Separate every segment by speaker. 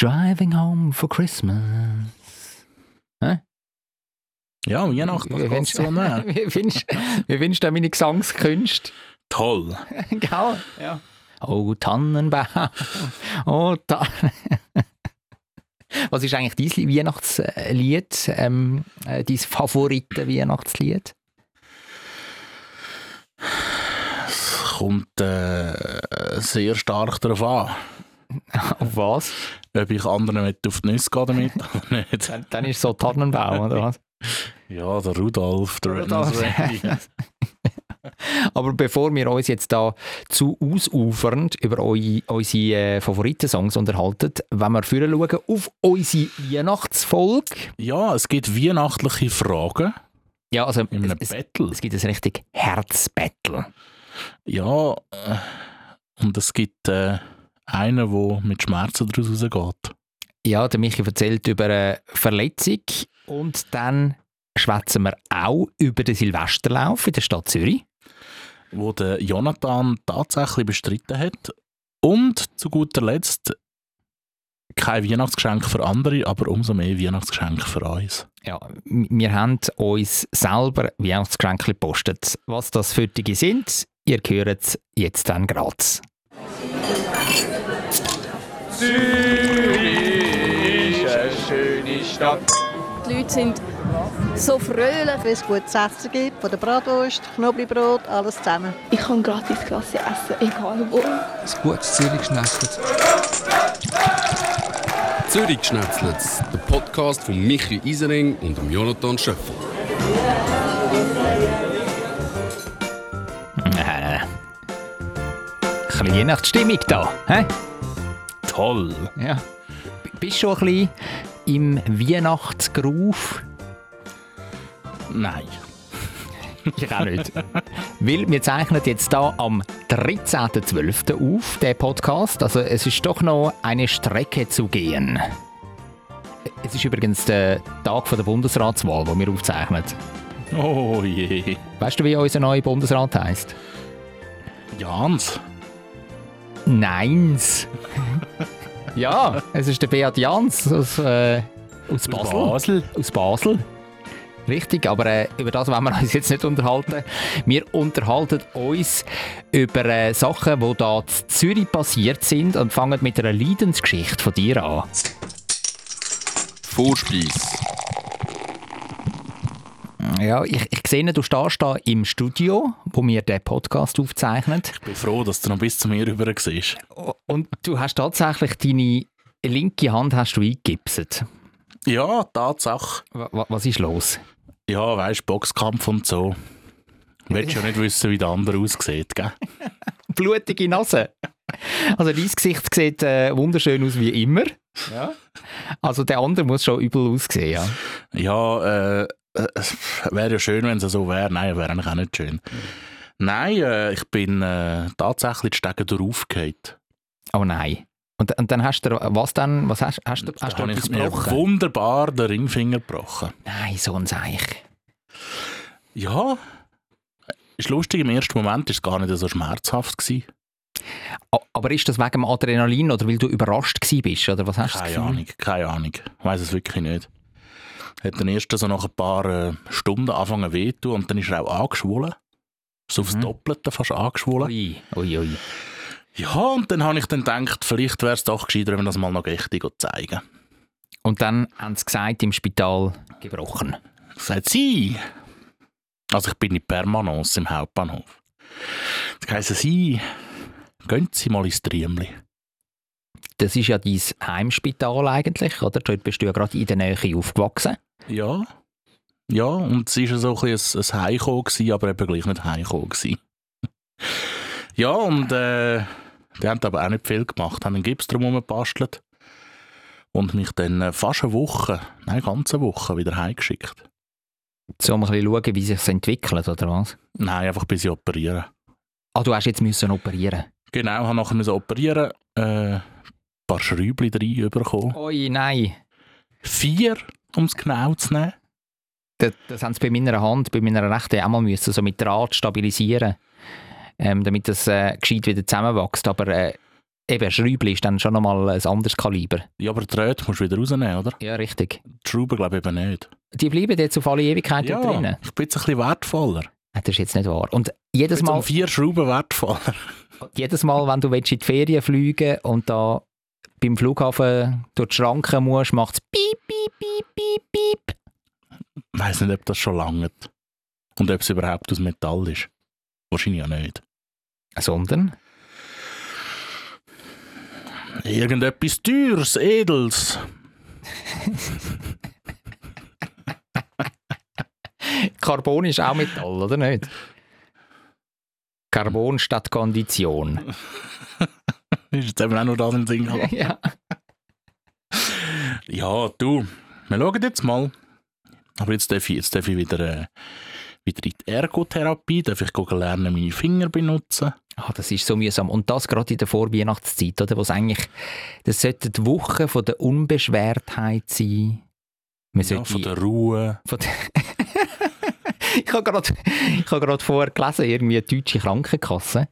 Speaker 1: Driving home for Christmas. Hä?
Speaker 2: Ja, um Weihnachten
Speaker 1: Wie
Speaker 2: kannst
Speaker 1: findest
Speaker 2: du näher.
Speaker 1: Wie findest wie findest du meine Gesangskünste?
Speaker 2: Toll.
Speaker 1: Gell? Ja. Oh, Tannenbaum. Oh, Tannen. Was ist eigentlich dein Weihnachtslied? Ähm, äh, dein Favoriten-Weihnachtslied?
Speaker 2: Es kommt äh, sehr stark darauf an,
Speaker 1: Auf was?
Speaker 2: ob ich anderen mit auf die Nüsse gehe damit oder nicht.
Speaker 1: Dann, dann ist es so Tannenbaum, oder was?
Speaker 2: Ja, der Rudolf, der
Speaker 1: Rudolf.
Speaker 2: Rudolf.
Speaker 1: Aber bevor wir uns jetzt da zu ausufernd über eu, unsere äh, Favoriten-Songs unterhalten, wenn wir vorher schauen auf unsere Weihnachtsfolge.
Speaker 2: Ja, es gibt weihnachtliche Fragen
Speaker 1: Ja, also
Speaker 2: in einem
Speaker 1: es, es,
Speaker 2: Battle.
Speaker 1: es gibt ein richtig Herzbattle.
Speaker 2: Ja, äh, und es gibt äh, einen, der mit Schmerzen daraus rausgeht.
Speaker 1: Ja, der Michi erzählt über eine Verletzung und dann schwätzen wir auch über den Silvesterlauf in der Stadt Zürich.
Speaker 2: wo der Jonathan tatsächlich bestritten hat. Und zu guter Letzt kein Weihnachtsgeschenk für andere, aber umso mehr Weihnachtsgeschenk für uns.
Speaker 1: Ja, m- wir haben uns selber Weihnachtsgeschenke gepostet. Was das für Dinge sind, ihr hört es jetzt dann grad.
Speaker 3: Die Leute sind
Speaker 4: So fröhlich, wenn es gutes Essen gibt, von der Bratwurst, Knoblauchbrot, alles zusammen.
Speaker 5: Ich kann gratis Klasse essen, egal wo.
Speaker 6: Ein gutes Zürichschnetzlitz. Zürichschnetzlitz, der Podcast von Michi Isering und dem Jonathan Schöffel.
Speaker 1: Äh, ein bisschen Weihnachtsstimmung da. Hä?
Speaker 2: Toll!
Speaker 1: Ja. B- Bist schon ein bisschen im Weihnachtsgruf?
Speaker 2: Nein.
Speaker 1: Ich auch nicht. Weil wir zeichnen jetzt da am 13.12. auf, den Podcast. Also es ist doch noch eine Strecke zu gehen. Es ist übrigens der Tag von der Bundesratswahl, wo wir aufzeichnen.
Speaker 2: Oh je.
Speaker 1: Weißt du, wie unser neuer Bundesrat heißt?
Speaker 2: Jans,
Speaker 1: Neins. ja, es ist der Beat Jans aus, äh, aus Basel.
Speaker 2: Basel.
Speaker 1: Aus Basel. Richtig, aber äh, über das wollen wir uns jetzt nicht unterhalten. Wir unterhalten uns über äh, Sachen, die da in Zürich passiert sind und fangen mit einer Leidensgeschichte von dir an.
Speaker 6: Vorspeis.
Speaker 1: Ja, ich, ich sehe, du stehst da im Studio, wo wir den Podcast aufzeichnen.
Speaker 2: ich bin froh, dass du noch bis zu mir rüber siehst.
Speaker 1: Und du hast tatsächlich deine linke Hand hast du eingegipset.
Speaker 2: Ja, Tatsache.
Speaker 1: Wa- wa- was ist los?
Speaker 2: Ja, weißt Boxkampf und so. Willst ja nicht wissen, wie der andere aussieht, gell?
Speaker 1: blutige Nase. Also dein Gesicht sieht äh, wunderschön aus wie immer. Also der andere muss schon übel aussehen, ja.
Speaker 2: Ja, äh, äh, wäre ja schön, wenn es so wäre. Nein, wäre eigentlich auch nicht schön. Nein, äh, ich bin äh, tatsächlich die Stege draufgefallen.
Speaker 1: Oh nein. Und, und dann hast du, was dann, was hast, hast du, hast
Speaker 2: Da
Speaker 1: du
Speaker 2: habe
Speaker 1: etwas
Speaker 2: ich mir
Speaker 1: gebrochen?
Speaker 2: wunderbar den Ringfinger gebrochen.
Speaker 1: Nein, so ein Seich.
Speaker 2: Ja, ist lustig, im ersten Moment war es gar nicht so schmerzhaft. Gewesen.
Speaker 1: A- Oh, Aber ist das wegen dem Adrenalin oder weil du überrascht gsi bist? Oder was hast du das
Speaker 2: Keine
Speaker 1: Gefühl?
Speaker 2: Ahnung, keine Ahnung. Ich weiß es wirklich nicht. Hat dann erst so nach ein paar äh, Stunden angefangen weh zu tun und dann ist er auch angeschwollen. So
Speaker 1: Mhm.
Speaker 2: aufs Doppelte fast angeschwollen.
Speaker 1: Ui, ui, ui.
Speaker 2: Ja, und dann habe ich dann gedacht, vielleicht wäre es doch gescheiter, wenn wir das mal noch richtig zeigen.
Speaker 1: Und dann haben sie gesagt, im Spital gebrochen.
Speaker 2: Sagt sie. Also ich bin in Permanence im Hauptbahnhof. Das heisst, sie, gehen Sie mal ins Triemli.
Speaker 1: Das ist ja dein Heimspital eigentlich, oder? Dort bist du ja gerade in der Nähe aufgewachsen.
Speaker 2: Ja. Ja, und es war so ein, bisschen ein, ein Heimkommen, gewesen, aber eben gleich nicht Heimkommen. gewesen. ja, und äh, die haben aber auch nicht viel gemacht. Haben einen Gips drum gebastelt und mich dann äh, fast eine Woche, nein, eine ganze Woche wieder heimgeschickt.
Speaker 1: So um ein bisschen schauen, wie sich entwickelt, oder was?
Speaker 2: Nein, einfach bis ich operieren.
Speaker 1: Ah, du hast jetzt müssen operieren.
Speaker 2: Genau, habe nachher müssen operieren, äh, ein paar Schräubchen rein bekommen.
Speaker 1: Oi, nein.
Speaker 2: Vier, um es genau zu nehmen.
Speaker 1: Das, das haben sie bei meiner Hand, bei meiner rechten auch mal müssen, so mit Draht stabilisieren, ähm, damit das äh, gescheit wieder zusammenwächst. Aber äh, Eben, Schräubli ist dann schon nochmal ein anderes Kaliber.
Speaker 2: Ja, aber die Röte musst du wieder rausnehmen, oder?
Speaker 1: Ja, richtig.
Speaker 2: Die Schrauben glaube ich eben nicht.
Speaker 1: Die bleiben jetzt auf alle Ewigkeit
Speaker 2: ja,
Speaker 1: dort drinnen.
Speaker 2: ich bin jetzt ein bisschen wertvoller.
Speaker 1: Ah, Das ist jetzt nicht wahr. Und
Speaker 2: Ich
Speaker 1: jedes
Speaker 2: bin jetzt
Speaker 1: Mal,
Speaker 2: um vier Schrauben wertvoller.
Speaker 1: jedes Mal, wenn du willst, in die Ferien fliegen und da beim Flughafen durch die Schranken musst, macht es piep, piep, piep, piep, piep.
Speaker 2: Ich weiss nicht, ob das schon lange Und ob es überhaupt aus Metall ist. Wahrscheinlich ja nicht.
Speaker 1: Sondern,
Speaker 2: Irgendetwas Teures, Edels.
Speaker 1: Carbon ist auch Metall, oder nicht? Carbon statt Kondition.
Speaker 2: Ist jetzt eben auch nur das im Sinn gehabt.
Speaker 1: ja.
Speaker 2: Ja, du, wir schauen jetzt mal. Aber jetzt darf ich, jetzt darf ich wieder, äh, wieder in die Ergotherapie, darf ich gehen lernen, meine Finger benutzen.
Speaker 1: Ah, das ist so mühsam. Und das gerade in der Vorweihnachtszeit, oder? Wo's eigentlich, das sollte die Woche von der Unbeschwertheit sein. Man
Speaker 2: Ja,
Speaker 1: sollte
Speaker 2: von der Ruhe.
Speaker 1: Von der ich habe gerade ich habe gerade vorher gelesen, irgendwie eine deutsche Krankenkasse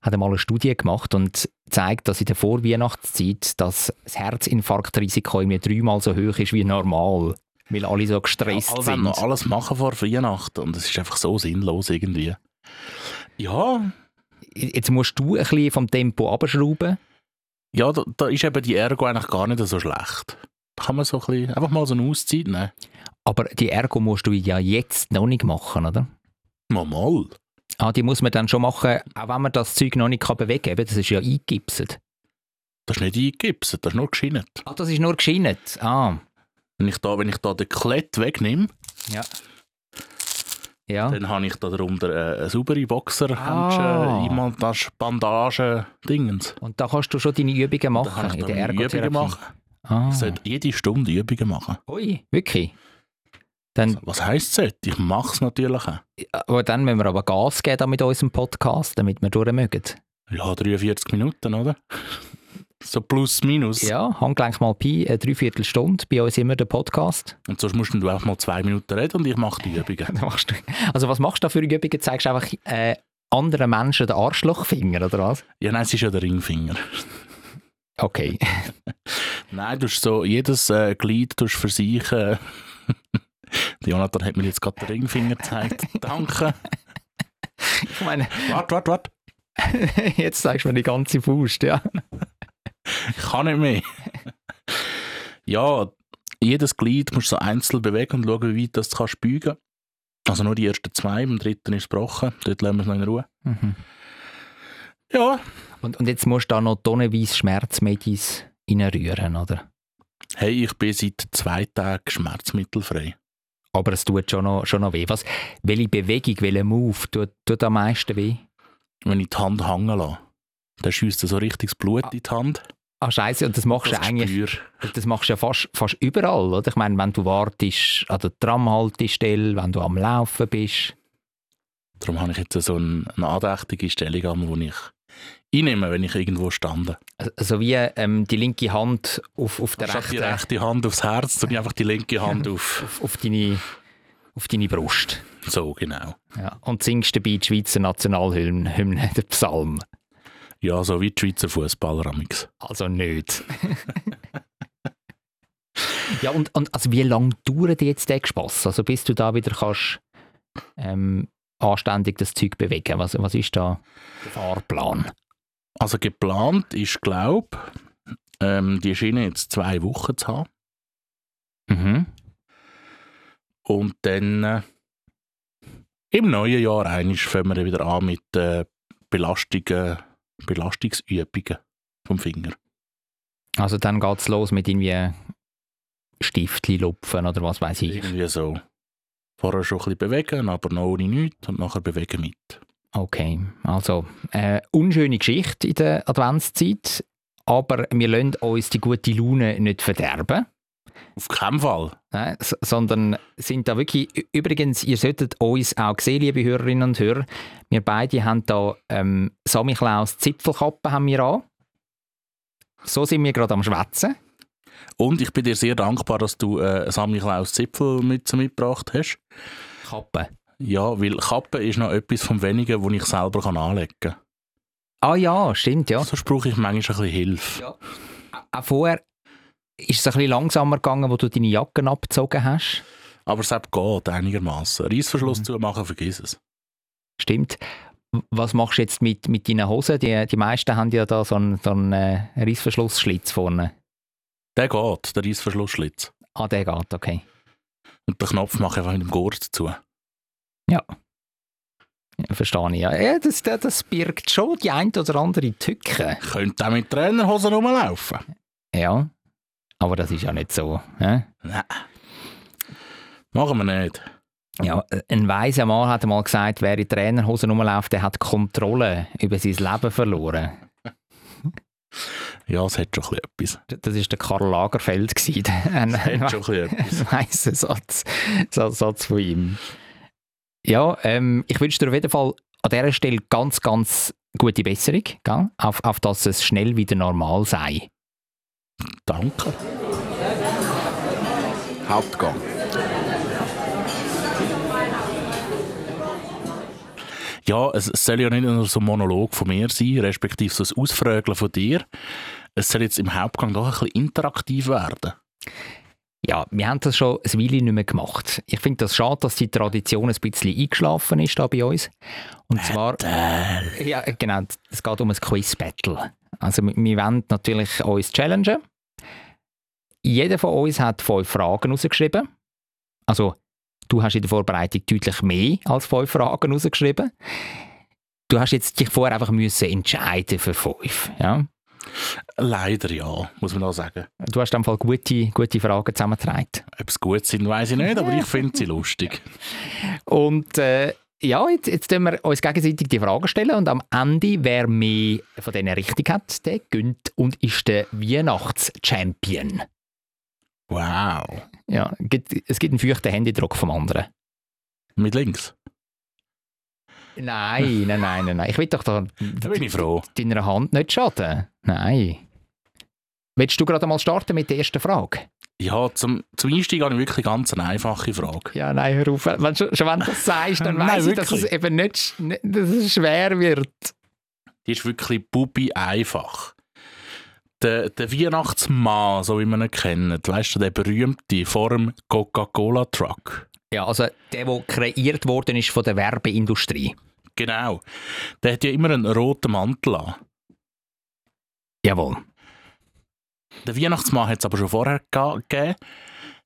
Speaker 1: hat einmal eine Studie gemacht und zeigt, dass in der Vorweihnachtszeit das Herzinfarktrisiko irgendwie dreimal so hoch ist wie normal, weil alle so gestresst
Speaker 2: Alle wollen
Speaker 1: sind.
Speaker 2: noch alles machen vor Weihnachten und es ist einfach so sinnlos irgendwie. Ja,
Speaker 1: Jetzt musst du ein bisschen vom Tempo abschrauben.
Speaker 2: ja da, da ist eben die Ergo eigentlich gar nicht so schlecht. Da kann man so ein bisschen, einfach mal so eine Auszeit nehmen.
Speaker 1: Aber die Ergo musst du ja jetzt noch nicht machen, oder?
Speaker 2: Mal, mal.
Speaker 1: Ah, die muss man dann schon machen, auch wenn man das Zeug noch nicht kann bewegen kann. Das ist ja eingegipset.
Speaker 2: Das ist nicht eingegipset, das ist nur geschinnet.
Speaker 1: Ah, das ist nur geschinnet. Ah,
Speaker 2: Wenn ich da, wenn ich da den Klett wegnehme,
Speaker 1: ja.
Speaker 2: Dann habe ich da darunter äh, eine saubere Boxerhandschuhe,
Speaker 1: Ah.
Speaker 2: ah. das Bandage, Dingens.
Speaker 1: Und da kannst du schon deine Übungen
Speaker 2: Da kann
Speaker 1: machen
Speaker 2: ich
Speaker 1: in
Speaker 2: da
Speaker 1: der
Speaker 2: meine
Speaker 1: Ergotherapie.
Speaker 2: Übungen machen.
Speaker 1: Ah.
Speaker 2: Ich sollte jede Stunde Übungen machen.
Speaker 1: Ui, wirklich? Dann,
Speaker 2: Was heisst das? Ich mache es natürlich auch.
Speaker 1: aber dann müssen wir aber Gas geben da mit unserem Podcast, damit wir durch mögen.
Speaker 2: Ja, 43 Minuten, oder? So plus, minus.
Speaker 1: Ja, Handgelenk mal Pi, eine Dreiviertelstunde, bei uns immer der Podcast.
Speaker 2: Und sonst musst du auch mal zwei Minuten reden und ich mache die Übungen.
Speaker 1: Dann machst du- Also was machst du da für Übungen? Zeigst du einfach äh, anderen Menschen den Arschlochfinger, oder was?
Speaker 2: Ja, nein, es ist ja der Ringfinger.
Speaker 1: Okay.
Speaker 2: Nein, du hast so jedes äh, Glied tust für sich. Äh, der Jonathan hat mir jetzt gerade den Ringfinger gezeigt. Danke.
Speaker 1: Ich meine,
Speaker 2: Warte, warte, warte.
Speaker 1: jetzt zeigst du mir die ganze Faust, ja.
Speaker 2: Ich kann nicht mehr. ja, jedes Glied musst du so einzeln bewegen und schauen, wie weit das du kannst biegen. Also nur die ersten zwei, beim dritten ist es gebrochen. Dort lassen wir es noch in Ruhe.
Speaker 1: Mhm.
Speaker 2: Ja.
Speaker 1: Und, und jetzt musst du da noch tonnenweise Schmerzmedis reinrühren, oder?
Speaker 2: Hey, ich bin seit zwei Tagen schmerzmittelfrei.
Speaker 1: Aber es tut schon noch, schon noch weh. Was, welche Bewegung, welcher Move tut, tut am meisten weh?
Speaker 2: Wenn ich die Hand hängen lasse, dann schiesst dir so richtig das Blut in die Hand.
Speaker 1: Ah, Scheiße, und das machst du
Speaker 2: Das
Speaker 1: eigentlich
Speaker 2: spür.
Speaker 1: das machst du ja fast, fast überall, oder? Ich meine, wenn du wartest an der Tramhaltestelle, wenn du am Laufen bist.
Speaker 2: Darum habe ich jetzt so ein- eine andächtige Stellung, an, die ich einnehme, wenn ich irgendwo stande.
Speaker 1: Also, so wie ähm, die linke Hand auf, auf der
Speaker 2: Statt die
Speaker 1: rechten,
Speaker 2: rechte Hand aufs Herz, tue ich einfach die linke Hand auf.
Speaker 1: auf, auf, deine, auf deine Brust.
Speaker 2: So, genau.
Speaker 1: Ja. Und singst dabei die Schweizer Nationalhymne, Hymne, den Psalm.
Speaker 2: Ja, so wie die Schweizer Fußballer amix.
Speaker 1: Also nicht. ja, und, und also wie lange dauert dir jetzt der Spass? Also bis du da wieder kannst ähm, anständig das Zeug bewegen. Was, was ist da der Fahrplan?
Speaker 2: Also geplant ist, glaube ähm, die Schiene jetzt zwei Wochen zu haben.
Speaker 1: Mhm.
Speaker 2: Und dann äh, im neuen Jahr einmal fangen wir wieder an mit äh, Belastungen, Belastungsübungen vom Finger.
Speaker 1: Also dann geht es los mit irgendwie Stiftli lupfen oder was weiß ich.
Speaker 2: Irgendwie so. Vorher schon ein bisschen bewegen, aber noch ohne nichts und nachher bewegen mit.
Speaker 1: Okay, also äh, unschöne Geschichte in der Adventszeit, aber wir lassen uns die gute Laune nicht verderben.
Speaker 2: Auf keinen Fall.
Speaker 1: Nein, s- sondern sind da wirklich. Ü- Übrigens, ihr solltet uns auch sehen, liebe Hörerinnen und Hörer. Wir beide haben da ähm, Sammy Klaus Zipfelkappe haben wir an. So sind wir gerade am Schwätzen.
Speaker 2: Und ich bin dir sehr dankbar, dass du äh, Sammy Klaus Zipfelmütze mitgebracht hast.
Speaker 1: Kappe.
Speaker 2: Ja, weil Kappe ist noch etwas vom Wenigen, das ich selber kann anlegen kann.
Speaker 1: Ah ja, stimmt, ja.
Speaker 2: Sonst brauche ich manchmal ein bisschen Hilfe.
Speaker 1: Auch vorher ist es ein bisschen langsamer gegangen, wo du deine Jacken abgezogen hast.
Speaker 2: Aber es geht einigermaßen. Reissverschluss zu machen, vergiss es.
Speaker 1: Stimmt. W- Was machst du jetzt mit, mit deinen Hosen? Die, die meisten haben ja da so einen, so einen äh, Reissverschlussschlitz vorne.
Speaker 2: Der geht, der Reissverschlussschlitz.
Speaker 1: Ah, der geht, okay.
Speaker 2: Und den Knopf mache ich einfach mit dem Gurt zu.
Speaker 1: Ja, verstehe ich. Ja, ja das, das, das birgt schon die ein oder andere Tücke.
Speaker 2: Ich könnte auch mit Trainerhosen rumlaufen.
Speaker 1: Ja. Aber das ist ja nicht so. hä?
Speaker 2: Nein. Machen wir nicht.
Speaker 1: Ja, ein weiser Mann hat einmal gesagt, wer in Trainerhosen rumläuft, der hat Kontrolle über sein Leben verloren.
Speaker 2: Ja, es hat schon ein bisschen etwas.
Speaker 1: D- Das war der Karl Lagerfeld. gewesen. Ein,
Speaker 2: Es
Speaker 1: ein,
Speaker 2: hat schon ein bisschen etwas.
Speaker 1: ein weiser Satz, so- Satz von ihm. Ja, ähm, ich wünsche dir auf jeden Fall an dieser Stelle ganz, ganz gute Besserung, gell? Auf, auf dass es schnell wieder normal sei.
Speaker 2: Danke.
Speaker 6: Hauptgang.
Speaker 2: Ja, es es soll ja nicht nur so ein Monolog von mir sein, respektive so ein Ausfrögeln von dir. Es soll jetzt im Hauptgang doch ein bisschen interaktiv werden.
Speaker 1: Ja, wir haben das schon ein Weile nicht mehr gemacht. Ich finde das schade, dass die Tradition ein bisschen eingeschlafen ist da bei uns. Und zwar... Ja, genau. Es geht um ein Quiz-Battle. Also wir- wir wollen natürlich uns challengen. Jeder von uns hat fünf Fragen rausgeschrieben. Also du hast in der Vorbereitung deutlich mehr als fünf Fragen rausgeschrieben. Du hast jetzt dich vorher einfach müssen entscheiden für fünf. Ja?
Speaker 2: Leider ja, muss man auch sagen.
Speaker 1: Du hast in dem Fall gute, gute Fragen zusammengetragen.
Speaker 2: Ob es gut sind, weiß ich nicht, aber ich finde sie lustig.
Speaker 1: Und äh, ja, jetzt, jetzt tun wir uns gegenseitig die Fragen stellen und am Ende, wer mehr von denen richtig hat, der gönnt und ist der Weihnachts-Champion.
Speaker 2: Wow.
Speaker 1: Ja, gibt, es gibt einen feuchten Händedruck vom anderen.
Speaker 2: Mit links.
Speaker 1: Nein, nein, nein, nein, nein. Ich will doch da
Speaker 2: Da bin ich froh.
Speaker 1: deiner Hand nicht schaden. Nein. Willst du gerade mal starten mit der ersten Frage?
Speaker 2: Ja, zum, zum Einstieg habe ich wirklich ganz eine einfache Frage.
Speaker 1: Ja, nein, hör auf. Wenn, schon, schon wenn du das sagst, dann
Speaker 2: Nein,
Speaker 1: weiss ich, dass es
Speaker 2: wirklich.
Speaker 1: eben nicht, sch- nicht dass es schwer wird.
Speaker 2: Die ist wirklich bubi einfach. Der, der Weihnachtsmann, so wie man ihn kennt, weißt du, der berühmte vor dem Coca-Cola-Truck.
Speaker 1: Ja, also der, der kreiert worden ist von der Werbeindustrie.
Speaker 2: Genau. Der hat ja immer einen roten Mantel an.
Speaker 1: Jawohl.
Speaker 2: Der Weihnachtsmann hat es aber schon vorher ge- gegeben,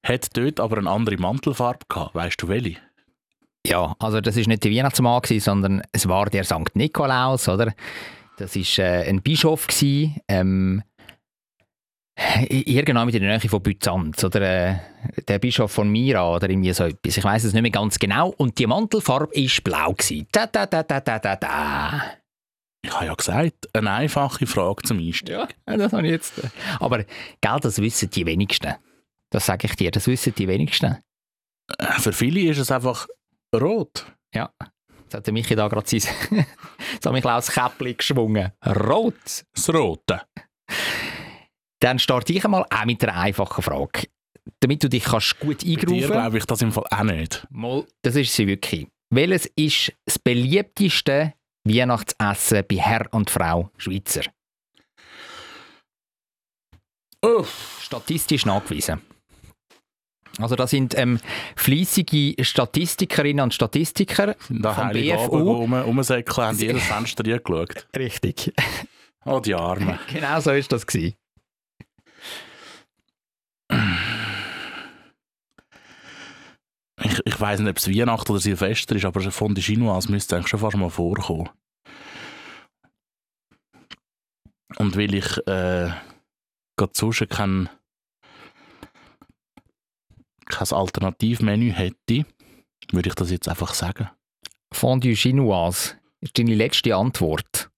Speaker 2: hat dort aber eine andere Mantelfarbe gehabt. Weißt du welche?
Speaker 1: Ja, also das ist nicht der Weihnachtsmann, gewesen, sondern es war der Sankt Nikolaus, oder? Das ist äh, ein Bischof gewesen, ähm, irgendwann mit in der Nähe von Byzanz, oder äh, der Bischof von Mira, oder irgendwie so etwas. Ich weiß es nicht mehr ganz genau. Und die Mantelfarbe ist blau gewesen. Da, da, da, da, da, da, da.
Speaker 2: Ich habe ja gesagt, eine einfache Frage zum Einstieg.
Speaker 1: Ja, das habe ich jetzt. äh. Aber gell, das wissen die wenigsten. Das sage ich dir, das wissen die wenigsten.
Speaker 2: Äh, Für viele ist es einfach rot.
Speaker 1: Jetzt hat der Michi da gerade sein so Nikolaus-Käppli geschwungen. Rot!
Speaker 2: Das Rote.
Speaker 1: Dann starte ich einmal auch mit einer einfachen Frage. Damit du dich kannst gut
Speaker 2: Bei dir
Speaker 1: eingrufen
Speaker 2: glaube ich das im Fall auch nicht.
Speaker 1: kannst. Das ist sie wirklich. Welches ist das beliebteste Weihnachtsessen bei Herr und Frau Schweizer?
Speaker 2: Uff.
Speaker 1: Statistisch nachgewiesen. Also da sind ähm, fleissige Statistikerinnen und Statistiker.
Speaker 2: Sind da
Speaker 1: Vom
Speaker 2: heilige Abend
Speaker 1: BFU?
Speaker 2: rum, rumsäckeln, haben jedes Fenster reingeschaut.
Speaker 1: Richtig.
Speaker 2: Oh, die Arme.
Speaker 1: Genau so ist das gewesen.
Speaker 2: Ich, ich weiß nicht, ob es Weihnachten oder Silvester ist, aber von der Chinoise müsste eigentlich schon fast mal vorkommen. Und weil ich äh, gerade sonst kein, kein Alternativmenü hätte, würde ich das jetzt einfach sagen.
Speaker 1: Fondue Chinoise ist deine letzte Antwort.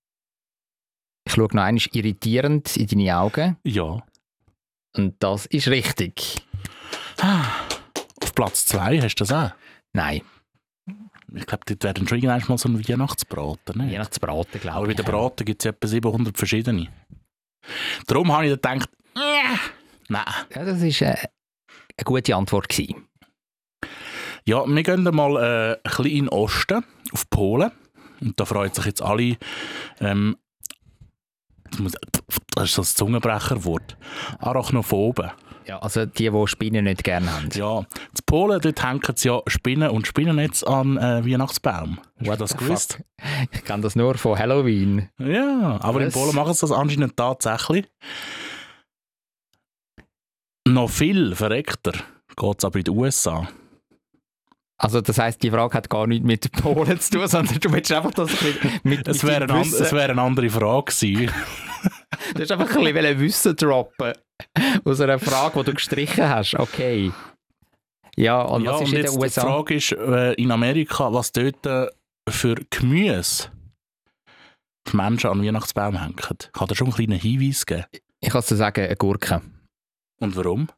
Speaker 1: Ich schaue noch einmal irritierend in deine Augen.
Speaker 2: Ja.
Speaker 1: Und das ist richtig.
Speaker 2: Auf Platz 2 hast du das auch.
Speaker 1: Nein,
Speaker 2: Ich glaube, dort wäre dann schon irgendwann mal so ein Weihnachtsbraten.
Speaker 1: je
Speaker 2: Ne?
Speaker 1: nach Braten, glaube ich.
Speaker 2: Aber bei den Braten gibt es ja etwa 700 verschiedene. Darum habe ich dann gedacht, äh, nein.
Speaker 1: Ja, das war äh, eine gute Antwort. Gewesen.
Speaker 2: Ja, wir gehen dann mal äh, ein bisschen in den Osten, auf Polen. Und da freuen sich jetzt alle ähm, ich muss, das ist so ein Zungenbrecherwort. Arachnophobe.
Speaker 1: Ja, also die, die Spinnen nicht gerne haben.
Speaker 2: Ja, in Polen, dort hängen sie ja Spinnen und Spinnennetz an äh, Weihnachtsbaum. Hast du
Speaker 1: What
Speaker 2: das
Speaker 1: the
Speaker 2: gewusst?
Speaker 1: fuck? Ich kenne das nur von Halloween.
Speaker 2: Ja, aber in
Speaker 1: Was?
Speaker 2: Polen machen sie das anscheinend tatsächlich. Noch viel verreckter geht es aber in den USA.
Speaker 1: Also das heißt, die Frage hat gar nichts mit Polen zu tun, sondern du willst einfach das ein bisschen mit,
Speaker 2: Es
Speaker 1: mit
Speaker 2: wäre
Speaker 1: deinem
Speaker 2: eine, an-
Speaker 1: Wissen-
Speaker 2: es wäre eine andere Frage gewesen.
Speaker 1: Du hast einfach ein bisschen wollen Wissen droppen aus einer Frage, die du gestrichen hast. Okay. Ja, und
Speaker 2: ja,
Speaker 1: was ist
Speaker 2: und
Speaker 1: in
Speaker 2: jetzt
Speaker 1: den USA?
Speaker 2: Die Frage ist äh, in Amerika, was dort äh, für Gemüse die Menschen an den Weihnachtsbaum hängen. Ich kann dir schon einen kleinen Hinweis geben.
Speaker 1: Ich kann es dir sagen, eine Gurke.
Speaker 2: Und warum?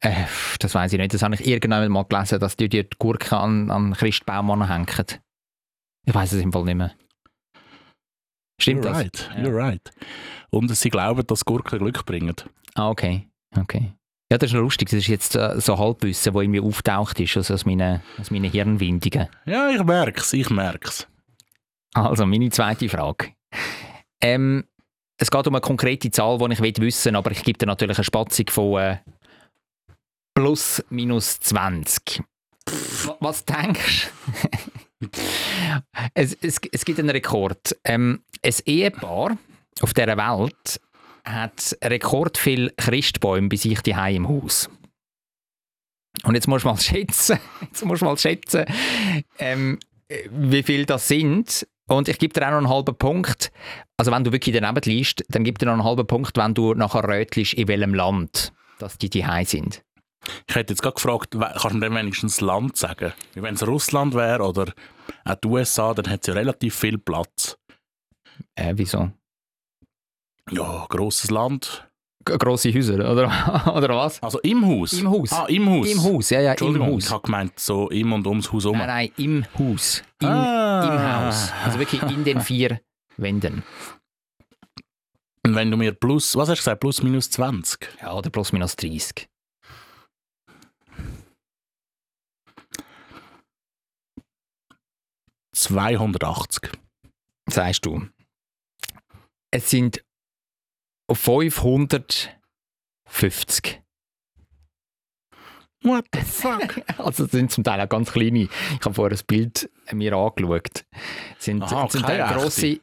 Speaker 1: Äh, das weiß ich nicht. Das habe ich irgendwann mal gelesen, dass die, die Gurke an, an Christbaum hängen. Ich weiß es im Fall nicht mehr. Stimmt
Speaker 2: you're
Speaker 1: das?
Speaker 2: right.
Speaker 1: Ja.
Speaker 2: You're right. Und sie glauben, dass Gurken Glück bringen.
Speaker 1: Ah, okay. okay. Ja, das ist noch lustig. Das ist jetzt äh, so Halbwissen, wo in mir auftaucht ist, also aus meinen, aus meinen Hirnwindungen.
Speaker 2: Ja, ich merk's, ich merk's.
Speaker 1: Also, meine zweite Frage. Ähm, es geht um eine konkrete Zahl, die ich will wissen aber ich gebe dir natürlich eine Spatzung von äh, plus minus 20. W- Was denkst du? es, es, es gibt einen Rekord. Ähm, ein Ehepaar auf dieser Welt hat Rekord viel Christbäume bei sich die im Haus. Und jetzt musst du mal schätzen, jetzt musst du mal schätzen, ähm, wie viel das sind. Und ich gebe dir auch noch einen halben Punkt. Also wenn du wirklich daneben liest, dann gib dir noch einen halben Punkt, wenn du nachher rätlisch in welchem Land dass die die sind.
Speaker 2: Ich hätte jetzt gerade gefragt, we- kannst du mir denn wenigstens das Land sagen? Weil Wenn es Russland wäre oder auch die USA, dann hat sie ja relativ viel Platz.
Speaker 1: Äh, wieso?
Speaker 2: Ja, grosses Land.
Speaker 1: G grosse Häuser, oder, oder was?
Speaker 2: Also im Haus.
Speaker 1: Im Haus.
Speaker 2: Ah, im Haus.
Speaker 1: Im Haus, ja, ja, im
Speaker 2: Entschuldigung, ich
Speaker 1: Haus.
Speaker 2: habe gemeint, so im und ums Haus herum.
Speaker 1: Nein, nein, im Haus. Im, Im Haus. Also wirklich in den vier Wänden.
Speaker 2: Und wenn du mir plus, was hast du gesagt, plus minus 20?
Speaker 1: Ja, oder plus minus 30.
Speaker 2: Hm. 280.
Speaker 1: sagst du, es sind 550.
Speaker 2: What the fuck?
Speaker 1: Also es sind zum Teil auch ganz kleine. Ich habe vorher das Bild mir angeschaut. Es sind
Speaker 2: Aha,
Speaker 1: zum
Speaker 2: keine
Speaker 1: Teil
Speaker 2: echte.
Speaker 1: grosse...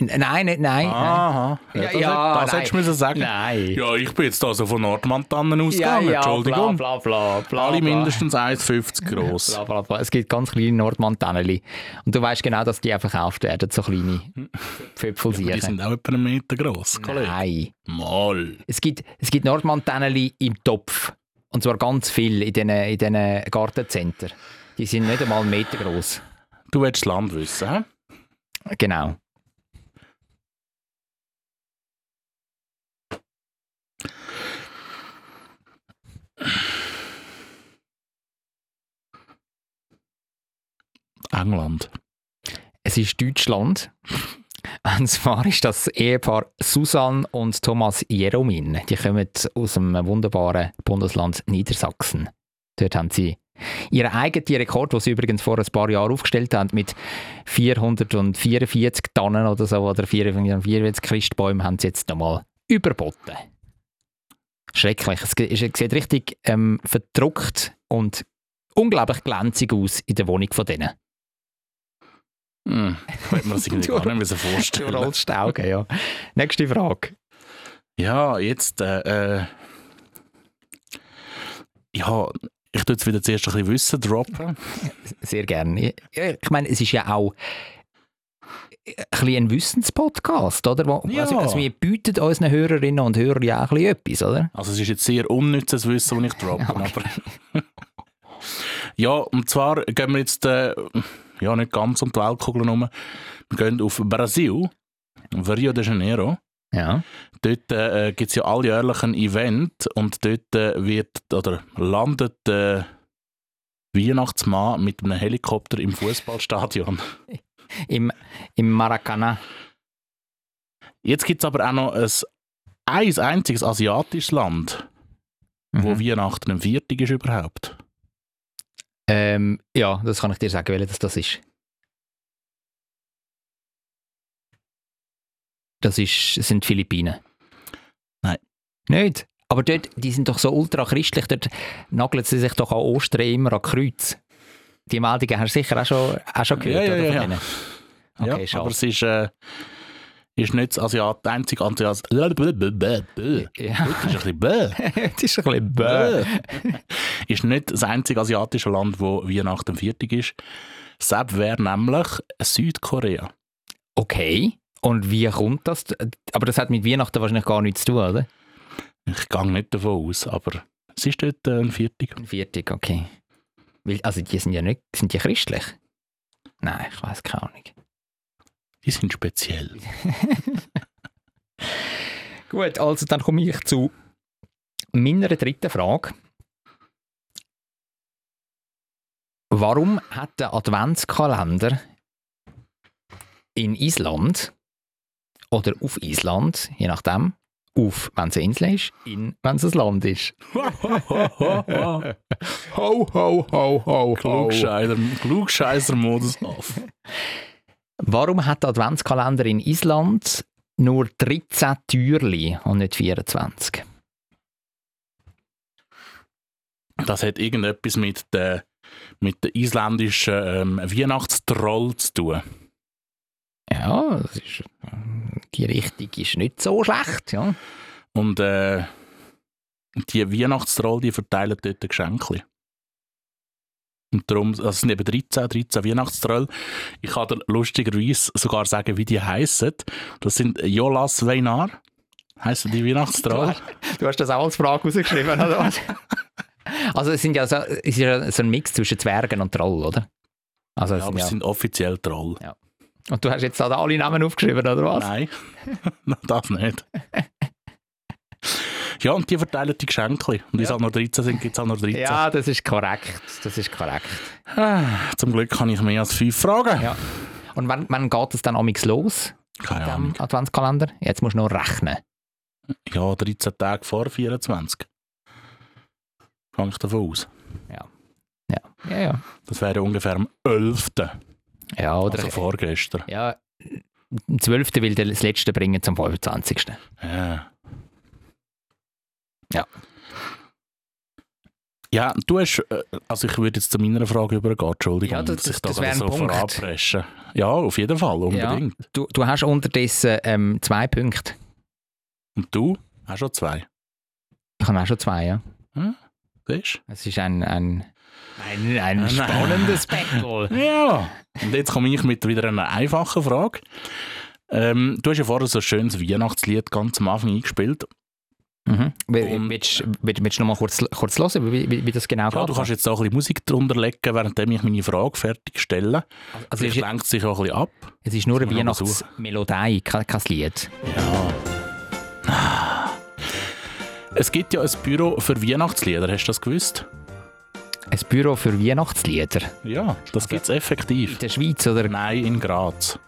Speaker 1: N- Nein, nicht, nein,
Speaker 2: Aha.
Speaker 1: Ja,
Speaker 2: das
Speaker 1: ja,
Speaker 2: das hättest du müssen sagen.
Speaker 1: nein. Nein.
Speaker 2: Ja, ich bin jetzt also von Nordmantannen ausgegangen, Entschuldigung.
Speaker 1: Bla, bla, bla, bla,
Speaker 2: Alle
Speaker 1: bla.
Speaker 2: mindestens 1,50 groß.
Speaker 1: Bla, bla, bla. Es gibt ganz kleine Nordmantanneli. Und du weißt genau, dass die auch verkauft werden, so kleine
Speaker 2: Die
Speaker 1: Pföpfelsieren.
Speaker 2: sind auch etwa einen Meter groß, Kollege.
Speaker 1: Nein.
Speaker 2: Mal.
Speaker 1: Es gibt, es gibt Nordmantenneli im Topf. Und zwar ganz viel in diesen in diesen Gartenzentren. Die sind nicht einmal einen Meter groß.
Speaker 2: Du willst das Land wissen, hä?
Speaker 1: Genau.
Speaker 2: England.
Speaker 1: Es ist Deutschland. Und zwar ist das Ehepaar Susanne und Thomas Jeromin. Die kommen aus dem wunderbaren Bundesland Niedersachsen. Dort haben sie ihren eigenen Rekord, den sie übrigens vor ein paar Jahren aufgestellt haben, mit 444 Tonnen oder so, oder 444 Christbäumen, haben sie jetzt nochmal überboten. Schrecklich. Es ge- es sieht richtig ähm, verdruckt und unglaublich glänzig aus in der Wohnung von denen.
Speaker 2: Hm. Könnte man sich
Speaker 1: Du-
Speaker 2: gar nicht müssen
Speaker 1: Du
Speaker 2: vorstellen.
Speaker 1: rollst die Augen, ja. Nächste Frage.
Speaker 2: Ja, jetzt. Äh, äh, ja, ich tue jetzt wieder zuerst ein bisschen Wissen droppen.
Speaker 1: Sehr gerne. Ja, Ich meine, es ist ja auch ein bisschen ein Wissenspodcast, oder? Wo-
Speaker 2: Ja.
Speaker 1: Also, also wir bieten unseren Hörerinnen und Hörern ja auch ein bisschen etwas, oder?
Speaker 2: Also, es ist jetzt sehr unnützes Wissen, das ich droppe. Aber ja, und zwar gehen wir jetzt äh, ja, nicht ganz um die Weltkugel herum. Wir gehen auf Brasil, auf Rio de Janeiro.
Speaker 1: Ja.
Speaker 2: Dort äh, gibt es ja alljährlich ein Event und dort äh, wird oder landet der Weihnachtsmann mit einem Helikopter im Fußballstadion.
Speaker 1: Im, im Maracana.
Speaker 2: Jetzt gibt es aber auch noch ein, ein einziges asiatisches Land, wo
Speaker 1: Mhm.
Speaker 2: Weihnachten ein Viertig ist überhaupt.
Speaker 1: Ähm, ja, das kann ich dir sagen, welches das ist. Das ist, das sind die Philippinen.
Speaker 2: Nein.
Speaker 1: Nicht? Aber dort, die sind doch so ultrachristlich, dort nageln sie sich doch an Ostern immer an Kreuz. Die Meldungen hast du sicher auch schon, auch schon gehört,
Speaker 2: Ja, ja,
Speaker 1: oder?
Speaker 2: ja,
Speaker 1: von
Speaker 2: ja.
Speaker 1: denen? Okay,
Speaker 2: ja,
Speaker 1: schade.
Speaker 2: aber es ist, äh, ist nicht das Asiat, einzige Asiat. Heute
Speaker 1: Ja,
Speaker 2: ist ein bisschen bäh.
Speaker 1: das ist ein bisschen bäh.
Speaker 2: Bäh. ist nicht das einzige asiatische Land, wo Weihnachten viertig ist. Seb wäre nämlich Südkorea.
Speaker 1: Okay. Und wie kommt das? Aber das hat mit Weihnachten wahrscheinlich gar nichts zu tun, oder?
Speaker 2: Ich gehe nicht davon aus, aber es ist dort äh, ein Viertig.
Speaker 1: Ein Viertig, okay. Weil, also die sind ja nicht, sind die christlich? Nein, ich weiß keine Ahnung.
Speaker 2: Die sind speziell.
Speaker 1: Gut, also dann komme ich zu meiner dritten Frage. Warum hat der Adventskalender in Island oder auf Island, je nachdem, auf, wenn es eine Insel ist, in, wenn es ein Land ist? Ho, ho, ho, ho,
Speaker 2: Klugscheider- Klugscheißer-Modus auf.
Speaker 1: Warum hat der Adventskalender in Island nur 13 Türli und nicht 24?
Speaker 2: Das hat irgendetwas mit der, mit der isländischen ähm, Weihnachtstroll zu tun.
Speaker 1: Ja, das ist, äh, die Richtung ist nicht so schlecht. Ja.
Speaker 2: Und äh, die Weihnachtstroll, die verteilen dort Geschenke. Und darum, also es sind eben 13, 13 Weihnachtstroll. Ich kann dir lustigerweise sogar sagen, wie die heissen. Das sind Jolas Weinar, heissen die Weihnachtstroll.
Speaker 1: Du hast das auch als Frage rausgeschrieben, oder was? also es, sind ja so, es ist ja so ein Mix zwischen Zwergen und Troll, oder? Also, es
Speaker 2: Ja,
Speaker 1: sind
Speaker 2: aber
Speaker 1: ja,
Speaker 2: sie sind offiziell Troll.
Speaker 1: und du hast jetzt da alle Namen aufgeschrieben, oder was?
Speaker 2: Nein, das nicht. Ja, und die verteilen die Geschenke. Und die es auch nur 13 sind, gibt es auch nur 13.
Speaker 1: Ja, das ist korrekt. Das ist korrekt.
Speaker 2: Ah, Zum Glück habe ich mehr als fünf Fragen.
Speaker 1: Ja. Und wann, wann geht es dann amigs los,
Speaker 2: Keine Ahnung.
Speaker 1: dem Adventskalender? Jetzt musst du noch rechnen.
Speaker 2: Ja, 13 Tage vor 24. Fange ich davon aus.
Speaker 1: Ja, ja.
Speaker 2: Das wäre ungefähr am 11.
Speaker 1: Ja, oder äh,
Speaker 2: also vorgestern.
Speaker 1: ja, am 12. will der das letzte bringen zum 25.
Speaker 2: Ja.
Speaker 1: Ja.
Speaker 2: Ja, du hast, äh, also ich würde jetzt zu meiner Frage übergehen, Entschuldigung,
Speaker 1: Ja, das-
Speaker 2: dass ich
Speaker 1: das
Speaker 2: da
Speaker 1: wäre ein
Speaker 2: so
Speaker 1: Punkt.
Speaker 2: voranpresche. Ja, auf jeden Fall, unbedingt.
Speaker 1: Du, du hast unterdessen ähm, zwei Punkte.
Speaker 2: Und du hast schon zwei.
Speaker 1: Ich habe auch schon zwei, ja.
Speaker 2: Siehst
Speaker 1: Es ist ein, ein, ein, ein
Speaker 2: Nein.
Speaker 1: spannendes Battle.
Speaker 2: du? Ja. Und jetzt komme ich mit wieder einer einfachen Frage. Ähm, du hast ja vorher so ein schönes Weihnachtslied ganz am Anfang eingespielt.
Speaker 1: Mhm. Will-
Speaker 2: Und-
Speaker 1: Willst willst- willst du noch mal kurz, kurz hören, wie, wie, wie das genau
Speaker 2: Ja,
Speaker 1: geht?
Speaker 2: du kannst jetzt auch ein bisschen Musik drunter legen, während ich meine Frage fertig stelle.
Speaker 1: also
Speaker 2: Also
Speaker 1: es
Speaker 2: ich
Speaker 1: ist,
Speaker 2: lenkt sich auch ein bisschen ab.
Speaker 1: es ist nur eine
Speaker 2: Muss man noch
Speaker 1: Weihnachtsmelodie, kein, kein Lied.
Speaker 2: Ja. Es gibt ja ein Büro für Weihnachtslieder, hast du das gewusst?
Speaker 1: Ein Büro für Weihnachtslieder.
Speaker 2: Ja, Also das gibt es
Speaker 1: In
Speaker 2: effektiv.
Speaker 1: der Schweiz, oder?
Speaker 2: Nein, in Graz.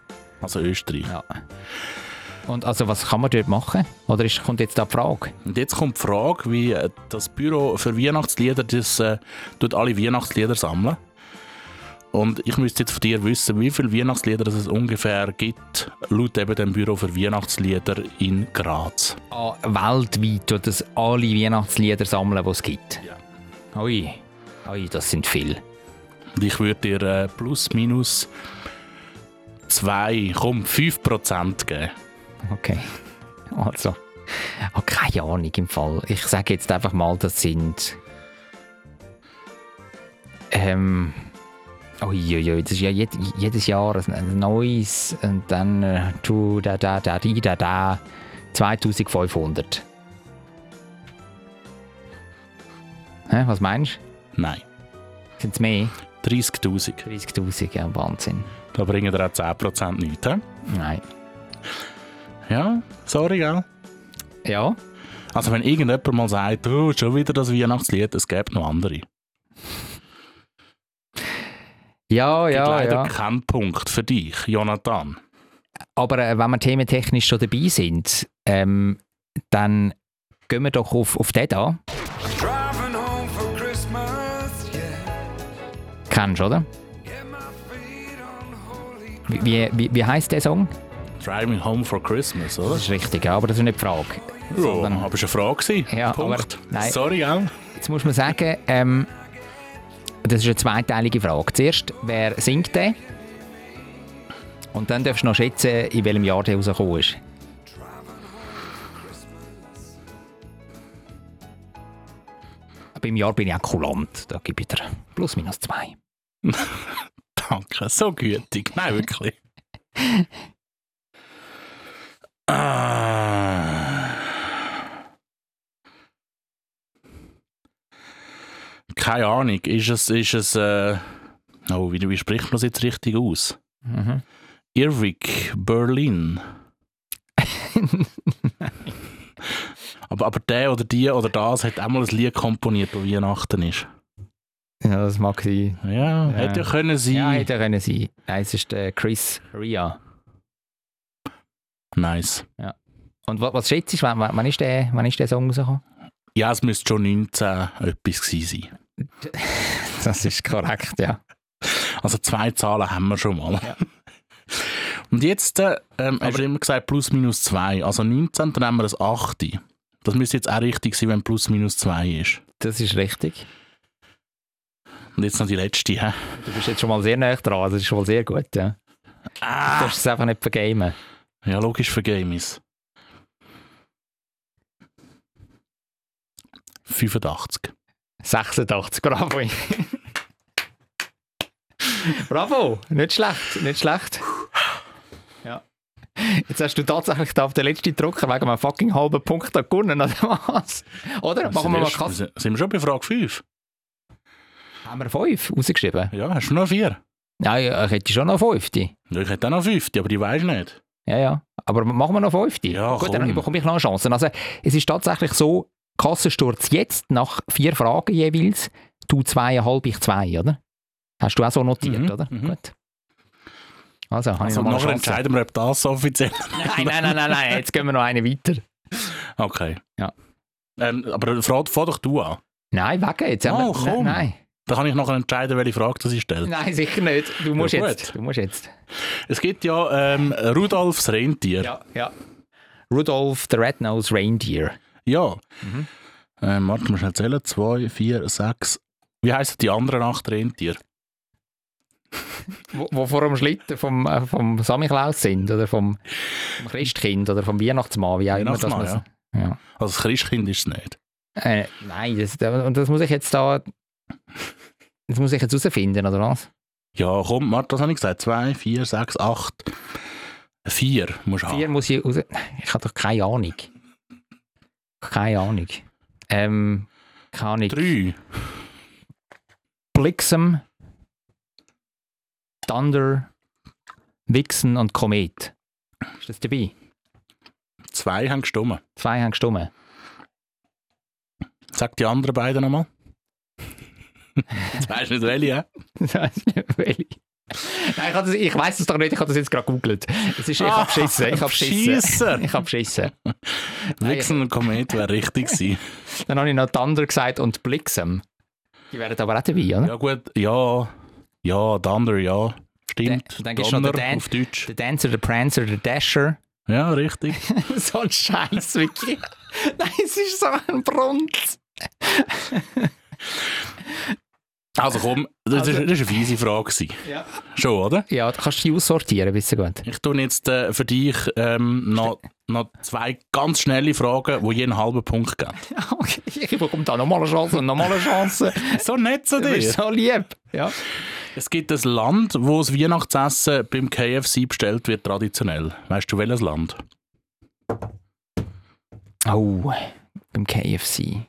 Speaker 2: Also Österreich.
Speaker 1: Ja. Und also, was kann man dort machen? Oder ist, kommt jetzt da die Frage?
Speaker 2: Und jetzt kommt die Frage, wie äh, das Büro für Weihnachtslieder, das äh, tut alle Weihnachtslieder sammeln. Und ich müsste jetzt von dir wissen, wie viele Weihnachtslieder es ungefähr gibt, laut eben dem Büro für Weihnachtslieder in Graz.
Speaker 1: Ah, weltweit, oder das alle Weihnachtslieder sammeln, die es gibt.
Speaker 2: Ja.
Speaker 1: Ui. Ui, das sind viele.
Speaker 2: Und ich würde dir äh, plus minus 2, komm, 5% geben.
Speaker 1: Okay. Also. Ah, keine Ahnung im Fall. Ich sage jetzt einfach mal, das sind. Ähm. Uiuiui, das ist ja jed jedes Jahr ein- ein neues und dann äh, tu da da da di da da 2500. Hä, was meinst
Speaker 2: Nein,
Speaker 1: du? Sind es mehr?
Speaker 2: 30.000.
Speaker 1: 30.000, ja, Wahnsinn.
Speaker 2: Da bringen dir auch 10% nichts. hä?
Speaker 1: Nein.
Speaker 2: Ja, sorry, gell?
Speaker 1: Ja?
Speaker 2: Also wenn irgendjemand mal sagt, oh, schon wieder das Weihnachtslied, es gäbe noch andere.
Speaker 1: Ja,
Speaker 2: gibt
Speaker 1: ja,
Speaker 2: leider
Speaker 1: ja.
Speaker 2: keinen Punkt für dich, Jonathan.
Speaker 1: Aber äh, wenn wir thementechnisch schon dabei sind, ähm, dann gehen wir doch auf, auf den da.
Speaker 7: Driving home for Christmas, yeah.
Speaker 1: Kennst du, oder?
Speaker 7: Get my feet on holy
Speaker 1: Wie, wie, wie heißt der Song?
Speaker 2: Driving Home for Christmas, oder?
Speaker 1: Das ist richtig, ja, aber das ist nicht die Frage.
Speaker 2: Ja, aber es war eine Frage. gewesen.
Speaker 1: Ja,
Speaker 2: Punkt.
Speaker 1: aber nein.
Speaker 2: Sorry, gell?
Speaker 1: Jetzt muss man sagen, ähm, das ist eine zweiteilige Frage. Zuerst, wer singt der? Und dann darfst du noch schätzen, in welchem Jahr der rausgekommen ist. Beim Jahr bin ich auch kulant. Da gebe ich dir plus minus zwei.
Speaker 2: Danke, so gütig. Nein, wirklich. Ah. Keine Ahnung, ist es, ist es, äh, oh, wie, wie spricht man es jetzt richtig aus?
Speaker 1: Mhm.
Speaker 2: Irwig, Berlin. aber, aber der oder die oder das hat auch mal ein Lied komponiert, das Weihnachten ist.
Speaker 1: Ja, das mag sein.
Speaker 2: Ja, hätte ja können sein.
Speaker 1: Ja, hätte können sein. Nein, es ist äh, Chris Ria.
Speaker 2: Nice.
Speaker 1: Und was, was schätzt du, wann, wann, wann ist der, wann ist der Song rausgekommen?
Speaker 2: Ja, es müsste schon 19 etwas gewesen sein.
Speaker 1: Das ist korrekt, ja.
Speaker 2: Also zwei Zahlen haben wir schon mal. Und jetzt äh, ähm, hast du immer gesagt plus minus 2. Also 19, dann haben wir das 8. Das müsste jetzt auch richtig sein, wenn plus minus 2 ist.
Speaker 1: Das ist richtig.
Speaker 2: Und jetzt noch die letzte. Hä?
Speaker 1: Du bist jetzt schon mal sehr nah dran, das ist schon mal sehr gut, ja. Du
Speaker 2: Ah!
Speaker 1: darfst es einfach nicht vergamen.
Speaker 2: Ja, logisch für Gamies. 85.
Speaker 1: 86, bravo. bravo, nicht schlecht, nicht schlecht. Ja. Jetzt hast du tatsächlich da auf den letzten Drucker wegen einem fucking halben Punkt da gewonnen, oder was? Oder?
Speaker 2: Also
Speaker 1: Machen wir mal Kasse.
Speaker 2: Sind sind wir schon bei Frage 5?
Speaker 1: Haben wir 5 rausgeschrieben?
Speaker 2: Ja, hast du noch 4?
Speaker 1: Ja, ja, ich hätte schon noch 5.
Speaker 2: Ja, ich hätte auch noch 5, aber die weiß nicht.
Speaker 1: Ja, ja. Aber machen wir noch 5.
Speaker 2: Ja,
Speaker 1: Gut,
Speaker 2: komm.
Speaker 1: dann bekomme ich noch eine Chance. Also, es ist tatsächlich so, Kassensturz jetzt nach vier Fragen jeweils, du zweieinhalb, ich zwei, oder? Hast du auch so notiert,
Speaker 2: Mhm,
Speaker 1: oder?
Speaker 2: mhm.
Speaker 1: Gut. Also, habe
Speaker 2: Also
Speaker 1: ich noch mal
Speaker 2: nachher
Speaker 1: eine Chance.
Speaker 2: entscheiden wir, ob das offiziell.
Speaker 1: Nein, nein, nein, nein, nein, jetzt gehen wir noch eine weiter.
Speaker 2: Okay.
Speaker 1: Ja.
Speaker 2: Ähm, aber frag, fahr doch du an.
Speaker 1: Nein, weg jetzt. haben wir-
Speaker 2: Oh, komm.
Speaker 1: Nein,
Speaker 2: Da kann ich nachher entscheiden, welche Frage das ich stelle.
Speaker 1: nein, nein, sicher nicht. Du musst
Speaker 2: gut.
Speaker 1: jetzt. Du musst jetzt.
Speaker 2: Es gibt ja ähm, Rudolfs Rentier.
Speaker 1: Ja, ja. Rudolf the Red-Nosed Reindeer.
Speaker 2: Ja.
Speaker 1: Mhm.
Speaker 2: Ähm, warte, musst du zählen. Zwei, vier, sechs. Wie heißen die anderen acht Rentier?
Speaker 1: wo, wo vor dem Schlitten vom, äh, vom Samichlaus sind oder vom, vom Christkind oder vom Weihnachtsmann, wie auch immer das
Speaker 2: Weihnachtsmann,
Speaker 1: man- ja.
Speaker 2: Also das Christkind ist es nicht.
Speaker 1: Äh, nein, das, da- und das muss ich jetzt da. Das muss ich jetzt herausfinden, oder was?
Speaker 2: Ja, komm, warte, das habe ich gesagt. Zwei, vier, sechs, acht. Vier musst du
Speaker 1: Vier
Speaker 2: haben.
Speaker 1: muss ich raus. Ich habe doch keine Ahnung. Keine Ahnung. Ähm, keine Ahnung.
Speaker 2: Drei.
Speaker 1: Blixen, Thunder, Wixen und Komet. Ist das dabei?
Speaker 2: Zwei haben gestummen.
Speaker 1: Zwei haben gestummen.
Speaker 2: Sag die anderen beiden nochmal. Jetzt weisst du nicht welche, hä?
Speaker 1: Nein, Welli. Nein, ich, hab das- ich weiß es doch nicht, ich habe das jetzt gerade gegoogelt. Es ist, ich habe geschissen,
Speaker 2: Ah,
Speaker 1: ich habe geschissen.
Speaker 2: Scheisser.
Speaker 1: Ich habe geschissen.
Speaker 2: Wichsen und Komet wäre richtig gewesen.
Speaker 1: Dann habe ich noch Thunder gesagt und Blixen. Die wären aber auch dabei, oder?
Speaker 2: Ja gut, ja. Ja, Thunder, ja. Stimmt.
Speaker 1: Dann- dann gibt's noch den Dan-
Speaker 2: auf Deutsch.
Speaker 1: Der Dancer, der Prancer, der Dasher.
Speaker 2: Ja, richtig.
Speaker 1: so ein Scheiß, wirklich. Nein, es ist so ein Brunz.
Speaker 2: Also komm, das war eine fiese Frage. gewesen.
Speaker 1: Ja.
Speaker 2: Schon, oder?
Speaker 1: Ja, da kannst du die aussortieren, bist du gut.
Speaker 2: Ich tue jetzt äh, für dich ähm, noch, noch zwei ganz schnelle Fragen, die jeden halben Punkt geben.
Speaker 1: Ah, Okay, ich bekomme da nochmal eine Chance und nochmal eine Chance.
Speaker 2: So nett zu
Speaker 1: Du bist so lieb. Ja.
Speaker 2: Es gibt ein Land, wo das Weihnachtsessen beim KFC bestellt wird, traditionell. Weißt du, welches Land?
Speaker 1: Oh, beim KFC.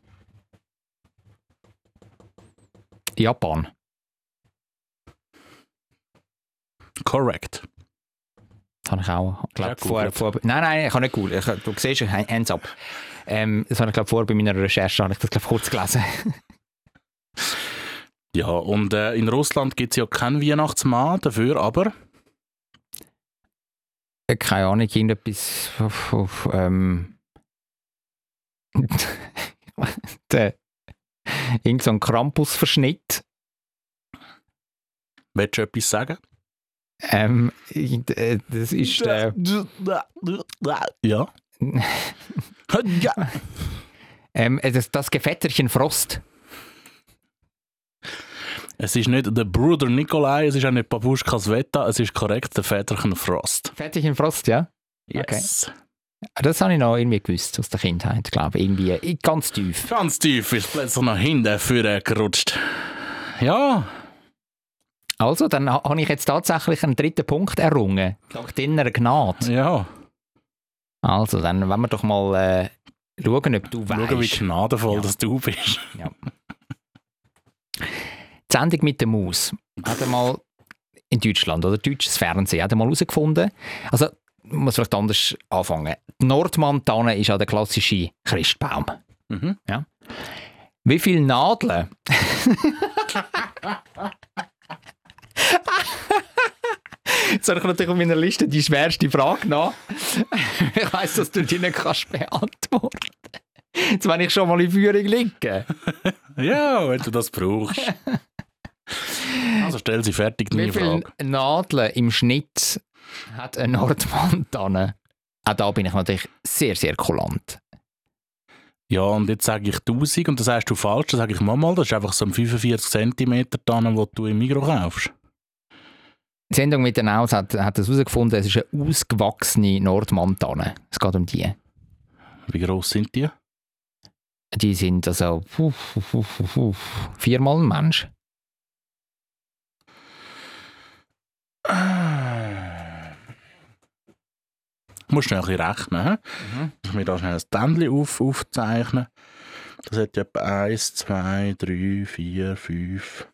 Speaker 1: Japan.
Speaker 2: Correct.
Speaker 1: Das habe ich auch,
Speaker 2: Ja,
Speaker 1: glaub, vorher,
Speaker 2: googelt.
Speaker 1: vorher, nein, nein, ich habe nicht cool. Ich, du siehst, ich hands up. Ähm, das habe ich, glaube vorher bei meiner Recherche habe ich das, glaub, kurz gelesen.
Speaker 2: Ja, und äh, in Russland gibt es ja keinen Weihnachtsmann, dafür aber
Speaker 1: Äh, Keine Ahnung, irgendetwas auf, auf ähm, der, irgend so ein Krampusverschnitt.
Speaker 2: Willst du etwas sagen?
Speaker 1: Ähm, ich- äh, das ist. Äh,
Speaker 2: Ja. ja.
Speaker 1: ähm, äh, das, das Gefetterchen Frost.
Speaker 2: Es ist nicht der Bruder Nikolai, es ist auch nicht Babuschka Sveta, es ist korrekt der Väterchen Frost.
Speaker 1: Gefetterchen Frost, ja?
Speaker 2: Yes.
Speaker 1: Das habe ich noch irgendwie gewusst aus der Kindheit, glaube ich. Irgendwie äh, ganz tief.
Speaker 2: Ganz tief ist plötzlich nach hinten für gerutscht. Ja,
Speaker 1: Also, dann ha- habe ich jetzt tatsächlich einen dritten Punkt errungen. Dank deiner Gnade.
Speaker 2: ja.
Speaker 1: Also, dann wollen wir doch mal äh, schauen, ob du weißt.
Speaker 2: Schauen, wie gnadenvoll
Speaker 1: Ja.
Speaker 2: dass du bist.
Speaker 1: Die Sendung mit der Maus hat einmal in Deutschland oder deutsches Fernsehen hat einmal herausgefunden. Also muss vielleicht anders anfangen. Die Nordmontane ist ja der klassische Christbaum.
Speaker 2: Mhm.
Speaker 1: Ja. Wie viele Nadeln? Jetzt habe ich natürlich auf meiner Liste die schwerste Frage nach. Ich weiss, dass du die nicht kannst beantworten. Jetzt, wenn ich schon mal in Führung liege.
Speaker 2: Ja, wenn du das brauchst. Also stell sie fertig,
Speaker 1: Wie
Speaker 2: deine
Speaker 1: viele
Speaker 2: Frage.
Speaker 1: Nadeln im Schnitt hat ein Nordmann dran? Auch da bin ich natürlich sehr, sehr kulant.
Speaker 2: Ja, und jetzt sage ich 1000 und das sagst du falsch, dann sage ich Mama, das ist einfach so ein 45 cm Tanne, die du im Mikro kaufst.
Speaker 1: Die Sendung mit der Naus hat, hat das herausgefunden, es ist eine ausgewachsene Nordmantanne. Es geht um die.
Speaker 2: Wie groß sind die?
Speaker 1: Die sind also puh, puh, puh, puh, puh, viermal ein Mensch.
Speaker 2: Musst schnell ein bisschen rechnen. hä? Ich muss mir da schnell ein Tändchen auf, aufzeichnen. Das hat ja etwa 1, 2, 3, 4, 5,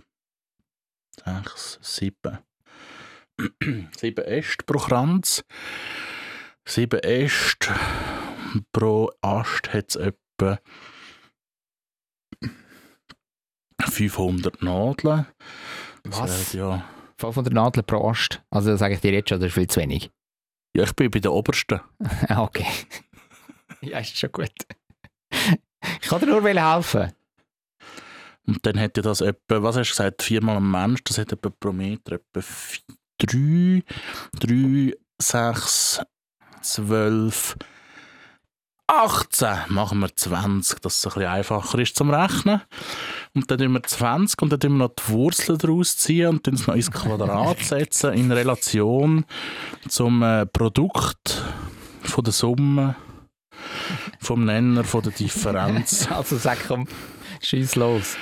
Speaker 2: 6, 7. 7 Äste pro Kranz. 7 Äste. Pro Ast hat es etwa 500 Nadeln. Das
Speaker 1: Was?
Speaker 2: wären Ja,
Speaker 1: 500 Nadeln pro Ast. Also das sage ich dir jetzt schon, das ist viel zu wenig.
Speaker 2: ja, ich bin bei der obersten.
Speaker 1: Ah, okay. ja, ist schon gut. Ich kann dir nur helfen.
Speaker 2: Und dann hätte das etwa, was hast du gesagt, viermal ein Mensch, das hat etwa pro Meter etwa vi- drei, drei, sechs, zwölf, 18. Machen wir 20, dass es ein bisschen einfacher ist zum Rechnen. Und dann tun wir 20 und dann tun wir noch die Wurzeln daraus ziehen und dann es noch ins Quadrat setzen in Relation zum äh, Produkt von der Summe, vom Nenner, von der Differenz.
Speaker 1: Also sag komm, schieß los.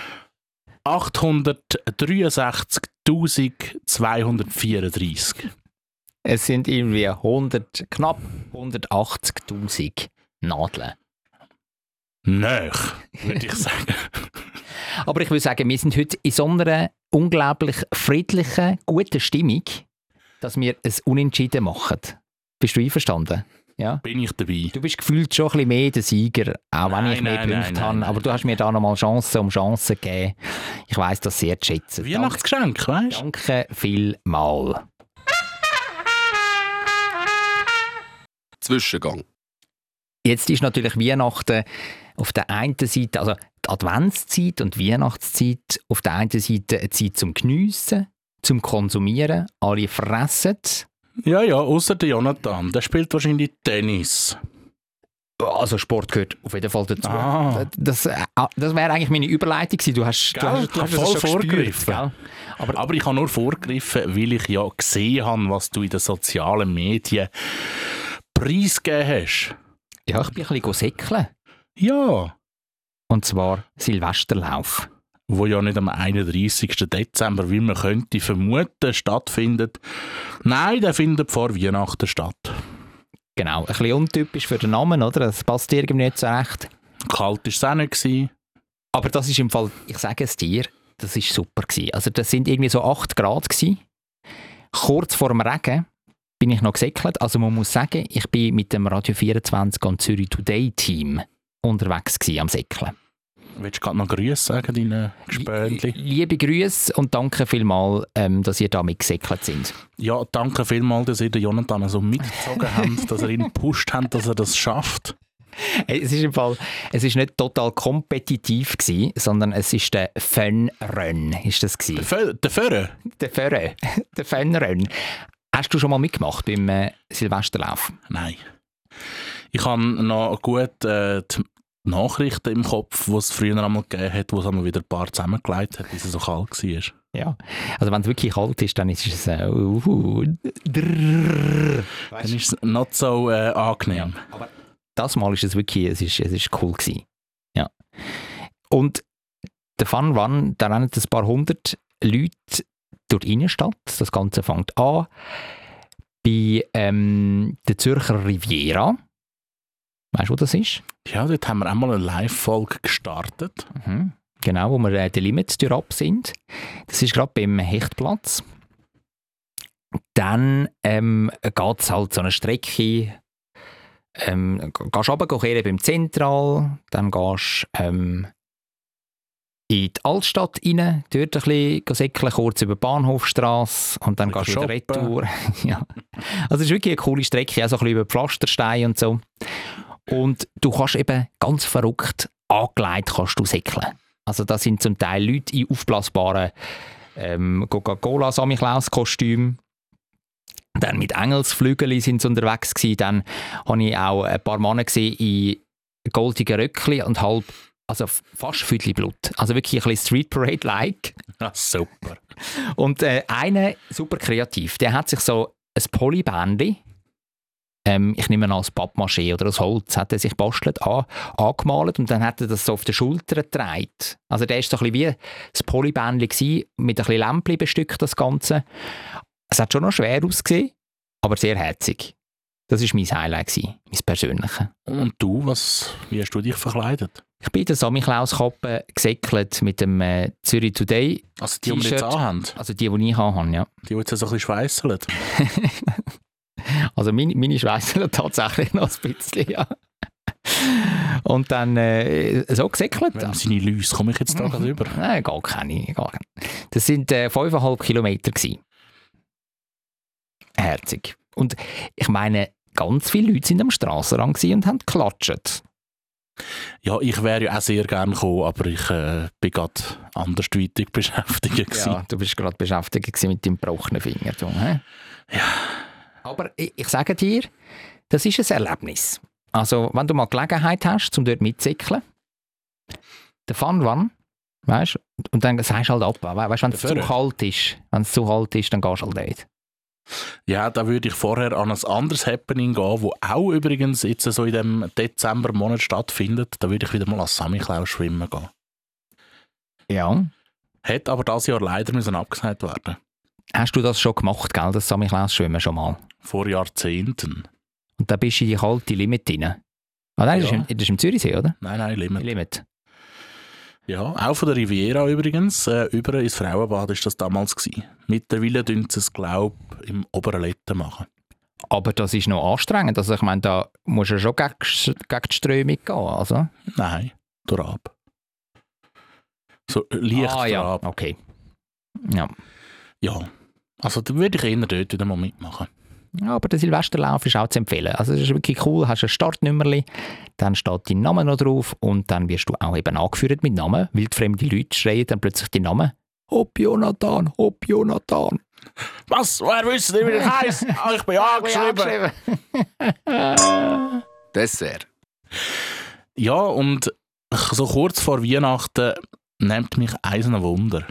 Speaker 2: 863.234.
Speaker 1: Es sind irgendwie 100, knapp 180.000 Nadeln.
Speaker 2: Nöch, würde ich sagen.
Speaker 1: Aber ich will sagen, wir sind heute in so einer unglaublich friedlichen, guten Stimmung, dass wir es unentschieden machen. Bist du einverstanden? Ja?
Speaker 2: Bin ich dabei?
Speaker 1: Du bist gefühlt schon ein bisschen mehr der Sieger, auch wenn
Speaker 2: Nein,
Speaker 1: ich mehr
Speaker 2: nein,
Speaker 1: Punkte
Speaker 2: nein, nein,
Speaker 1: habe.
Speaker 2: nein.
Speaker 1: Aber du hast mir da nochmal Chancen um Chancen gegeben. Ich weiss das sehr zu schätzen.
Speaker 2: Weihnachtsgeschenk, weißt du?
Speaker 1: Danke, danke vielmal.
Speaker 6: Zwischengang.
Speaker 1: Jetzt ist natürlich Weihnachten auf der einen Seite, also die Adventszeit und die Weihnachtszeit, auf der einen Seite eine Zeit zum Geniessen, zum Konsumieren. Alle fressen.
Speaker 2: Ja, ja, außer der Jonathan. Der spielt wahrscheinlich Tennis.
Speaker 1: Also Sport gehört auf jeden Fall dazu.
Speaker 2: Ah.
Speaker 1: Das, äh, das wäre eigentlich meine Überleitung gewesen. Du hast,
Speaker 2: Gell?
Speaker 1: du hast, du hast das
Speaker 2: Voll
Speaker 1: schon gespürt,
Speaker 2: vorgegriffen.
Speaker 1: gell?
Speaker 2: Aber, ich habe nur vorgegriffen, weil ich ja gesehen habe, was du in den sozialen Medien preisgegeben hast.
Speaker 1: Ja, ich bin ein bisschen säckeln.
Speaker 2: Ja.
Speaker 1: Und zwar Silvesterlauf.
Speaker 2: Wo ja nicht am 31. Dezember, wie man könnte vermuten, stattfindet. Nein, der findet vor Weihnachten statt.
Speaker 1: Genau, ein bisschen untypisch für den Namen, oder? Das passt irgendwie nicht so recht.
Speaker 2: Kalt war es auch nicht. gewesen.
Speaker 1: Aber das ist im Fall, ich sage es dir, das ist super gewesen. Also das sind irgendwie so 8 Grad gewesen. Kurz vor dem Regen bin ich noch gesäckelt. Also man muss sagen, ich bin mit dem Radio 24 und Zürich Today Team unterwegs gewesen am Säckeln.
Speaker 2: Willst du gerade noch Grüße sagen, deinen Gespöntli?
Speaker 1: Liebe Grüße und danke vielmals, ähm, dass ihr da mitgesäckelt sind.
Speaker 2: Ja, danke vielmals, dass ihr den Jonathan so mitgezogen habt, dass ihr ihn gepusht habt, dass er das schafft.
Speaker 1: Hey, Es ist im Fall, es ist nicht total kompetitiv gewesen, sondern es ist der Fun Run, ist das gewesen.
Speaker 2: Der Föhre?
Speaker 1: Der Före, der Fun Run. Hast du schon mal mitgemacht beim äh, Silvesterlauf?
Speaker 2: Nein. Ich habe noch gut äh, die Nachrichten im Kopf, die es früher einmal gegeben hat, wo es einmal wieder ein paar zusammengelegt hat, weil es so kalt war.
Speaker 1: Ja. Also wenn es wirklich kalt ist, dann ist es äh, uhu, drrrr.
Speaker 2: Dann ist es nicht so äh, angenehm.
Speaker 1: das Mal ist es wirklich, es ist, es ist cool gewesen. Ja. Und der Fun Run, da rennen ein paar hundert Leute durch die Innenstadt. Das Ganze fängt an bei ähm, der Zürcher Riviera. Weißt du, wo das ist?
Speaker 2: Ja, dort haben wir einmal eine Live-Folge gestartet.
Speaker 1: Mhm. Genau, wo wir äh, die Limits ab sind. Das ist gerade beim Hechtplatz. Dann ähm, geht es halt so eine Strecke. Ähm, g- gehst runter, gehst kehren beim Zentral, dann gehst ähm, in die Altstadt rein, dort ein bisschen gehst säckeln, kurz über die Bahnhofstrasse und dann
Speaker 2: Ein
Speaker 1: gehst du wieder
Speaker 2: bisschen shoppen.
Speaker 1: retour. ja. Also es ist wirklich eine coole Strecke, auch so ein bisschen über Pflasterstein und so. Und du kannst eben ganz verrückt angelegt kannst du säckeln. Also da sind zum Teil Leute in aufblasbaren ähm, Coca-Cola Samichlaus Kostüm. Dann mit Engelsflügel sind sie unterwegs gewesen. Dann habe ich auch ein paar Männer gesehen in goldigen Röckli und halb, also f- fast Füdliblut. Also wirklich ein bisschen Street Parade-like.
Speaker 2: Ah, super.
Speaker 1: Und äh, einer, super kreativ, der hat sich so ein Polybändchen, ähm, ich nehme an, als Pappmaché oder aus Holz, hat er sich bastelt, an, angemalt und dann hat er das so auf der Schulter getragen. Also der ist so ein bisschen wie das Polybändchen gewesen, mit ein bisschen Lämpchen bestückt, das Ganze. Es hat schon noch schwer ausgesehen, aber sehr herzig. Das war mein Highlight, gewesen, mein persönliches.
Speaker 2: Und du, was, wie hast du dich verkleidet?
Speaker 1: Ich bin in der Samichlaus-Kappe gesäckelt mit dem äh, Zürich Today,
Speaker 2: Also die, die wir jetzt
Speaker 1: T-Shirt.
Speaker 2: anhaben,
Speaker 1: also die, die ich habe, ja.
Speaker 2: die, die jetzt so ein bisschen schweisseln.
Speaker 1: Also meine, meine Schweizer tatsächlich noch ein bisschen, ja. Und dann äh, so gesäckelt.
Speaker 2: Wenn seine Läuse komme ich
Speaker 1: Mhm.
Speaker 2: jetzt da gerade rüber.
Speaker 1: Nein, gar keine. Gar keine. Das waren äh, 5,5 Kilometer. Gewesen. Herzig. Und ich meine, ganz viele Leute sind am Strassenrand gewesen und haben geklatscht.
Speaker 2: Ja, ich wäre ja auch sehr gerne gekommen, aber ich äh, bin gerade andersweitig beschäftigt. gewesen.
Speaker 1: du bist gerade beschäftigt gewesen mit deinem gebrochenen Finger. Du, hä? Aber ich, ich sage dir, das ist ein Erlebnis. Also, wenn du mal Gelegenheit hast, um dort mitzickeln, der Fun Run, weißt du, und dann sagst du halt ab. we- Weißt du, wenn es zu
Speaker 2: Dafür.
Speaker 1: kalt ist, wenn es zu kalt ist, dann gehst du halt nicht.
Speaker 2: Ja, da würde ich vorher an ein anderes Happening gehen, wo auch übrigens jetzt so in dem Dezembermonat stattfindet. Da würde ich wieder mal als Samichlaus schwimmen gehen.
Speaker 1: Ja.
Speaker 2: Hätte aber dieses Jahr leider müssen abgesagt werden.
Speaker 1: Hast du das schon gemacht, gell, das Samichlaus-Schwimmen schon mal?
Speaker 2: Vor Jahrzehnten.
Speaker 1: Und dann bist du in die kalte Limit rein. Ah, nein, das,
Speaker 2: Ja.
Speaker 1: ist im, das ist im Zürichsee, oder?
Speaker 2: Nein, nein, Limit.
Speaker 1: Limit.
Speaker 2: Ja, auch von der Riviera übrigens. Äh, über ins Frauenbad ist das damals. Gewesen. Mittlerweile tun sie es, glaube ich, im oberen Letten machen.
Speaker 1: Aber das ist noch anstrengend. Also ich meine, da musst du ja schon gegen, gegen die Strömung gehen. Also.
Speaker 2: Nein, durch ab. So äh, leicht
Speaker 1: ah,
Speaker 2: durch
Speaker 1: ja.
Speaker 2: ab.
Speaker 1: Okay. Ja.
Speaker 2: Ja. Also da würde ich eher dort wieder mal mitmachen.
Speaker 1: Ja, Aber der Silvesterlauf ist auch zu empfehlen. Also es ist wirklich cool, hast ein Startnummerli, dann steht dein Name noch drauf und dann wirst du auch eben angeführt mit Namen, weil fremde Leute schreien dann plötzlich deinen Namen. Hopp Jonathan, hopp Jonathan.
Speaker 2: Was? Woher wisst ihr, wie ich heiße? Ah, ich bin angeschrieben.
Speaker 6: Dessert.
Speaker 2: Ja, und so kurz vor Weihnachten nimmt mich eins ein Wunder.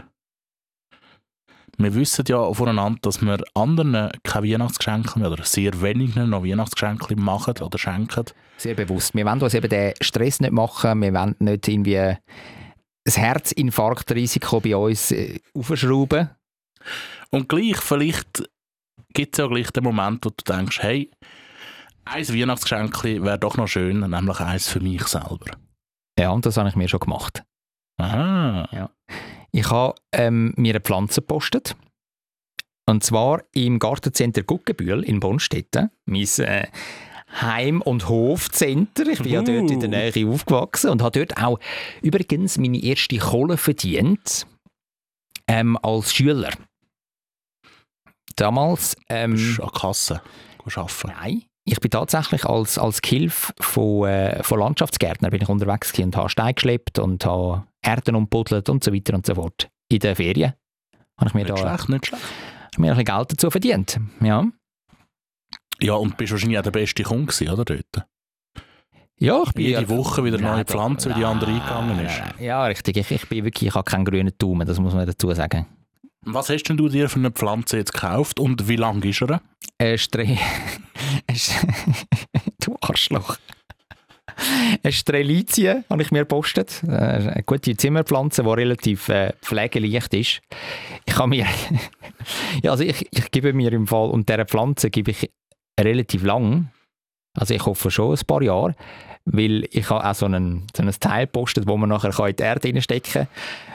Speaker 2: Wir wissen ja voneinander, dass wir anderen keine Weihnachtsgeschenke mehr oder sehr wenigen noch Weihnachtsgeschenke machen oder schenken.
Speaker 1: Sehr bewusst. Wir wollen uns eben den Stress nicht machen, wir wollen nicht irgendwie ein Herzinfarktrisiko bei uns äh, aufschrauben.
Speaker 2: Und gleich, vielleicht gibt es ja gleich den Moment, wo du denkst, hey, ein Weihnachtsgeschenk wäre doch noch schön, nämlich eins für mich selber.
Speaker 1: Ja, und das habe ich mir schon gemacht.
Speaker 2: Aha.
Speaker 1: Ich habe ähm, mir eine Pflanze gepostet. Und zwar im Gartencenter Guggenbühl in Bonstetten. Mein äh, Heim- und Hofcenter. Ich bin ja dort in der Nähe aufgewachsen und habe dort auch übrigens meine erste Kohle verdient ähm, als Schüler. Damals.
Speaker 2: Du
Speaker 1: Ähm,
Speaker 2: bist an die Kasse gehen arbeiten.
Speaker 1: Nein, ich bin tatsächlich als, als Gehilfe von, äh, von Landschaftsgärtner bin ich unterwegs gewesen und habe Steine geschleppt und habe Erden umbuddelt und so weiter und so fort. In den Ferien habe ich mir da
Speaker 2: Nicht schlecht, nicht schlecht.
Speaker 1: mir ein bisschen Geld dazu verdient. Ja.
Speaker 2: Ja, und bist wahrscheinlich auch der beste Kunde gewesen, oder, dort?
Speaker 1: Ja, ich
Speaker 2: Jede
Speaker 1: ja-
Speaker 2: Woche wieder neue
Speaker 1: Nein, doch-
Speaker 2: Pflanze, wie die andere eingegangen ist.
Speaker 1: Nein, nein. Ja, richtig. Ich, ich bin wirklich, ich habe keinen grünen Daumen, das muss man dazu sagen.
Speaker 2: Was hast denn du dir für eine Pflanze jetzt gekauft und wie lang ist er?
Speaker 1: Ein Stre... ein St- du Arschloch. Eine Strelizie habe ich mir gepostet. Äh, Eine gute Zimmerpflanze, die relativ äh, pflegeleicht ist. Ich habe mir... ja, also ich, ich gebe mir im Fall... Und dieser Pflanze gebe ich relativ lang. Also ich hoffe schon ein paar Jahre. Weil ich habe auch so, einen, so ein Teil gepostet, wo man nachher kann in die Erde reinstecken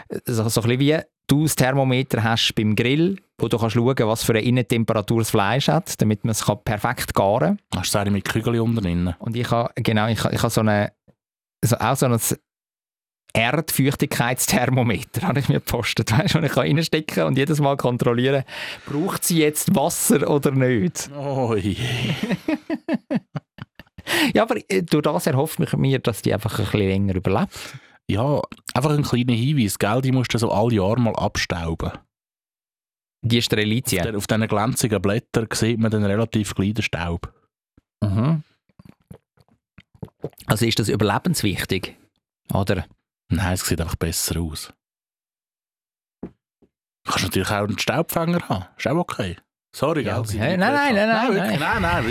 Speaker 1: kann. So, so ein bisschen wie du das Thermometer hast beim Grill, wo du kannst schauen, was für eine Innentemperatur das Fleisch hat, damit man es kann perfekt garen kann.
Speaker 2: Hast du eine mit Kügeln unten drin?
Speaker 1: Und ich habe, genau, ich habe, ich habe so eine, so, auch so ein Erdfeuchtigkeitsthermometer habe ich mir gepostet, weißt, und ich kann reinstecken und jedes Mal kontrollieren, braucht sie jetzt Wasser oder nicht.
Speaker 2: Oh je.
Speaker 1: Ja, aber äh, durch das erhofft mich mir, dass die einfach ein bisschen länger überlebt.
Speaker 2: Ja, einfach ein kleiner Hinweis, gell? Die musst du so alle Jahre mal abstauben.
Speaker 1: Die Strelitzia.
Speaker 2: Denn Auf diesen glänzigen Blättern sieht man den relativ kleinen Staub.
Speaker 1: Mhm. Also ist das überlebenswichtig, oder?
Speaker 2: Nein, es sieht einfach besser aus. Du kannst natürlich auch einen Staubfänger haben. Ist auch okay. Sorry,
Speaker 1: Ja,
Speaker 2: gell?
Speaker 1: okay.
Speaker 2: Sie sind
Speaker 1: Nein, nein,
Speaker 2: nicht
Speaker 1: nein,
Speaker 2: blöd.
Speaker 1: nein,
Speaker 2: wirklich, nein, nein,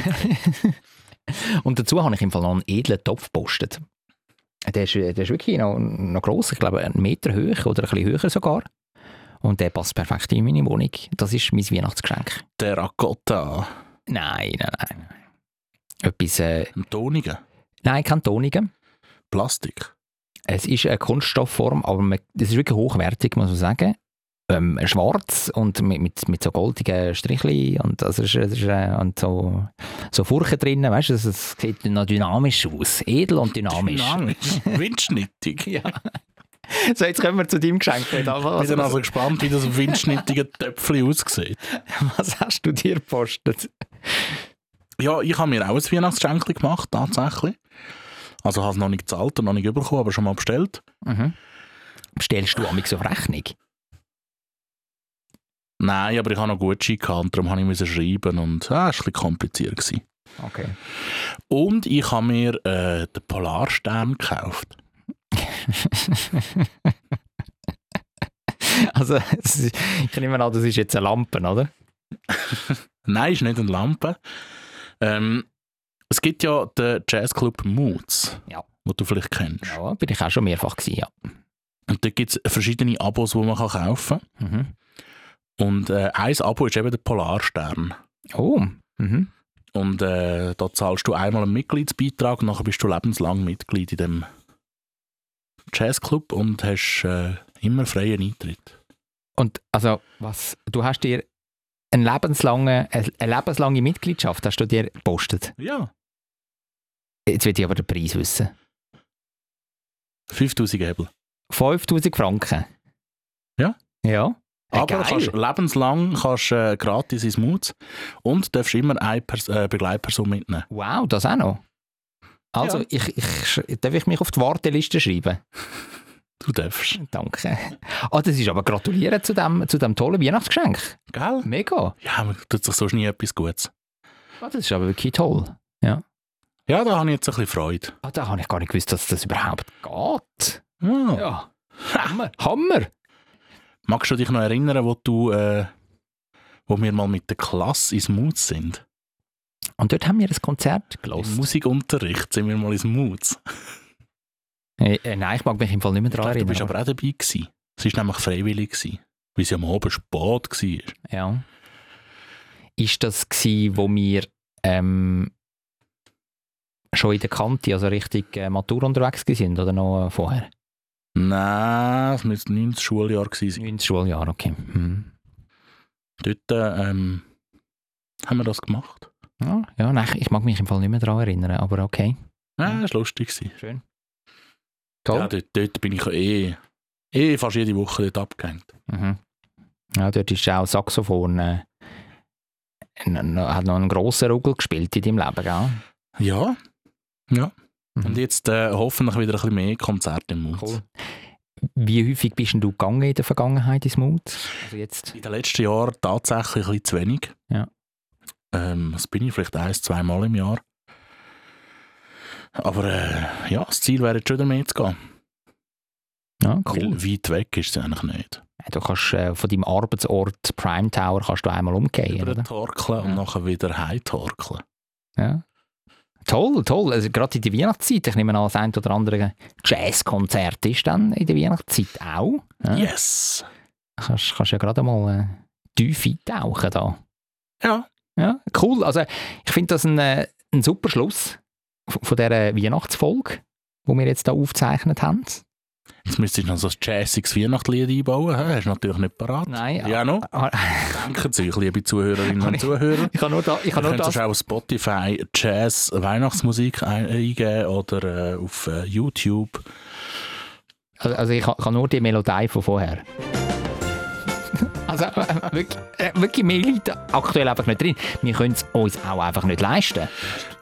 Speaker 2: wirklich.
Speaker 1: Und dazu habe ich im Fall noch einen edlen Topf gepostet. Der ist, der ist wirklich noch, noch gross, ich glaube einen Meter hoch oder ein bisschen höher sogar. Und der passt perfekt in meine Wohnung. Das ist mein Weihnachtsgeschenk.
Speaker 2: Terracotta.
Speaker 1: Nein, nein, nein. Etwas, äh,
Speaker 2: Ein Tonigen.
Speaker 1: nein, kein Tonigen.
Speaker 2: Plastik.
Speaker 1: Es ist eine Kunststoffform, aber man, das ist wirklich hochwertig, muss man sagen. Ähm, schwarz und mit, mit, mit so goldigen Strichli und, das ist, das ist, äh, und so, so Furchen drinnen, weißt du, es- es sieht noch dynamisch aus. Edel und dynamisch.
Speaker 2: Dynamisch. Windschnittig. ja.
Speaker 1: So, jetzt kommen wir zu deinem Geschenk. Peter.
Speaker 2: Ich
Speaker 1: Was,
Speaker 2: bin also
Speaker 1: was,
Speaker 2: gespannt, wie das windschnittige Töpfchen aussieht.
Speaker 1: was hast du dir gepostet?
Speaker 2: Ja, ich habe mir auch ein Weihnachtsgeschenk gemacht, tatsächlich. Also habe es noch nicht gezahlt und noch nicht bekommen, aber schon mal bestellt.
Speaker 1: Mhm. Bestellst du amig so Rechnung?
Speaker 2: Nein, aber ich habe noch Gutschein gehabt und darum habe ich müssen schreiben und ah, es war ein bisschen kompliziert. Gewesen.
Speaker 1: Okay.
Speaker 2: Und ich habe mir äh, den Polarstern gekauft.
Speaker 1: Also, es ist- ich nehme an, das ist jetzt eine Lampe, oder?
Speaker 2: Nein, ist nicht eine Lampe. Ähm, es gibt ja den Jazzclub Moods,
Speaker 1: Ja.
Speaker 2: den du vielleicht kennst.
Speaker 1: Ja, bin ich auch schon mehrfach gewesen, ja.
Speaker 2: Und da gibt es verschiedene Abos, die man kann kaufen kann.
Speaker 1: Mhm.
Speaker 2: Und äh, ein Abo ist eben der Polarstern.
Speaker 1: Oh, mhm.
Speaker 2: Und äh, da zahlst du einmal einen Mitgliedsbeitrag, nachher bist du lebenslang Mitglied in dem Jazzclub und hast äh, immer freien Eintritt.
Speaker 1: Und also, was, du hast dir einen lebenslangen, eine eine lebenslange Mitgliedschaft hast du dir gepostet.
Speaker 2: Ja.
Speaker 1: Jetzt will ich aber den Preis wissen.
Speaker 2: 5000 Hebel.
Speaker 1: 5000 Franken.
Speaker 2: Ja.
Speaker 1: Ja. Äh,
Speaker 2: Aber du
Speaker 1: geil.
Speaker 2: kannst lebenslang kannst, äh, gratis ins Moods und darfst immer eine Pers äh, Begleitperson mitnehmen.
Speaker 1: Wow, das auch noch. Also,
Speaker 2: Ja.
Speaker 1: ich, ich, sch- darf ich mich auf die Warteliste schreiben?
Speaker 2: Du darfst.
Speaker 1: Danke. Ah, das ist aber gratulieren zu dem, zu dem tollen Weihnachtsgeschenk.
Speaker 2: Gell?
Speaker 1: Mega.
Speaker 2: Ja, man tut sich sonst nie etwas Gutes.
Speaker 1: Ah, das ist aber wirklich toll.
Speaker 2: Ja, da habe ich jetzt ein bisschen Freude.
Speaker 1: Ah, da habe ich gar nicht gewusst, dass das überhaupt geht.
Speaker 2: Ja.
Speaker 1: Ja. Hammer. Hammer.
Speaker 2: Magst du dich noch erinnern, wo du, äh, wo wir mal mit der Klasse ins Moods sind?
Speaker 1: Und dort haben wir ein Konzert
Speaker 2: Im
Speaker 1: gelesen.
Speaker 2: Musikunterricht sind wir mal ins Moods.
Speaker 1: Äh, äh, nein, ich mag mich im Fall nicht mehr daran
Speaker 2: du
Speaker 1: erinnern.
Speaker 2: bist aber auch dabei gewesen. Es war nämlich freiwillig, gewesen, weil es ja am Abend spät war.
Speaker 1: ja. Ist das gsi, wo wir ähm, schon in der Kante, also richtig äh, Matur unterwegs gsi sind oder noch äh, vorher?
Speaker 2: Nein, es müsste 9. Schuljahr gewesen sein.
Speaker 1: 9. Schuljahr, okay. Hm.
Speaker 2: Dort äh, ähm, haben wir das gemacht.
Speaker 1: Ja, ja, nein, ich mag mich im Fall nicht mehr daran erinnern, aber okay.
Speaker 2: Nein, es war lustig. Gewesen.
Speaker 1: Schön.
Speaker 2: Ja,
Speaker 1: Toll.
Speaker 2: dort, dort bin ich ja eh, eh fast jede Woche dort abgehängt.
Speaker 1: Ja, mhm. ja dort ist auch Saxophon. Äh, n- n- hat noch einen grossen Rugel gespielt in deinem Leben, gell?
Speaker 2: Ja. Ja.
Speaker 1: Mhm.
Speaker 2: Und jetzt äh, hoffentlich wieder ein bisschen mehr Konzerte im Moods.
Speaker 1: Cool. Wie häufig bist denn du gegangen in der Vergangenheit ins Mut? Also jetzt.
Speaker 2: In den letzten Jahren tatsächlich ein bisschen zu wenig.
Speaker 1: Ja.
Speaker 2: Ähm, das bin ich vielleicht ein, zwei Mal im Jahr. Aber äh, ja, das Ziel wäre jetzt schon wieder mehr zu gehen.
Speaker 1: Ja, cool.
Speaker 2: Weil weit weg ist es eigentlich nicht.
Speaker 1: Du kannst äh, von deinem Arbeitsort Prime Tower kannst du einmal umgehen,
Speaker 2: Über
Speaker 1: oder?
Speaker 2: den Torkeln und nachher wieder heimtorkeln.
Speaker 1: Ja. Toll, toll. Also gerade in der Weihnachtszeit. Ich nehme an, das ein oder andere Jazzkonzert ist dann in der Weihnachtszeit auch. Ja.
Speaker 2: Yes!
Speaker 1: Da Kannst, kannst ja gerade mal äh, tief eintauchen da.
Speaker 2: Ja.
Speaker 1: Ja, cool. Also ich finde das ein, äh, ein super Schluss von von dieser Weihnachtsfolge, die wir jetzt da aufgezeichnet haben.
Speaker 2: Jetzt müsstest du noch so ein jazziges Weihnachtslied einbauen. hä? Hast du natürlich nicht parat.
Speaker 1: Nein,
Speaker 2: Ja, noch.
Speaker 1: ah,
Speaker 2: Danke zu euch, liebe Zuhörerinnen
Speaker 1: Kann
Speaker 2: und
Speaker 1: ich-
Speaker 2: Zuhörer.
Speaker 1: ich kann nur, da, ich
Speaker 2: Ihr
Speaker 1: kann nur
Speaker 2: könnt
Speaker 1: das...
Speaker 2: sonst auch auf Spotify Jazz Weihnachtsmusik ein- eingeben oder äh, auf äh, YouTube.
Speaker 1: Also, also ich kann- kann nur die Melodie von vorher. Also äh, wirklich, äh, wirklich, wir leiden aktuell einfach nicht drin. Wir können es uns auch einfach nicht leisten.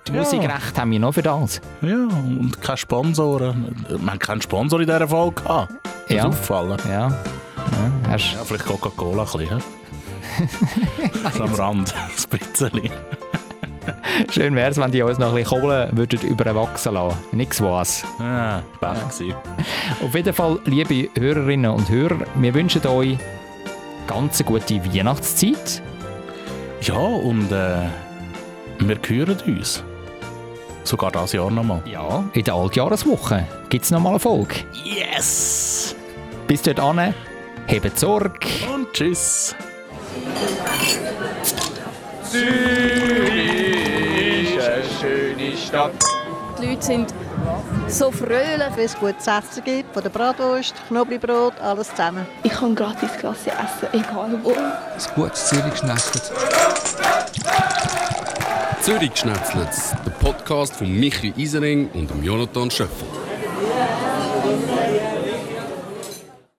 Speaker 1: Die
Speaker 2: Ja.
Speaker 1: Musikrecht haben wir noch für das.
Speaker 2: Ja, und keine Sponsoren. Man hat keinen Sponsor in dieser Folge gehabt. Das
Speaker 1: Ja.
Speaker 2: ist auffallen.
Speaker 1: Ja. ja hast,
Speaker 2: Ja, vielleicht Coca-Cola ein bisschen. hä? so am Rand, ein bisschen.
Speaker 1: Schön wäre es, wenn die uns noch ein bisschen Kohle würden überwachsen lassen. Nix was.
Speaker 2: Ja, Pech gewesen.
Speaker 1: Auf jeden Fall, liebe Hörerinnen und Hörer, wir wünschen euch ganz eine gute Weihnachtszeit.
Speaker 2: Ja, und äh, wir hören uns. Sogar das Jahr nochmal.
Speaker 1: Ja. In der Altjahreswoche gibt es nochmal eine Folge.
Speaker 2: Yes!
Speaker 1: Bis dort hebt Sorge.
Speaker 2: Und tschüss!
Speaker 3: Die Leute sind
Speaker 4: So fröhlich, wie es gutes Essen gibt, von der Bratwurst, Knoblauchbrot, alles zusammen.
Speaker 5: Ich kann gratis Klasse essen, egal wo.
Speaker 6: Ein gutes Zürich geschnetzelt. Zürich Schnetzlets, der Podcast von Michi Isering und dem Jonathan Schöffel.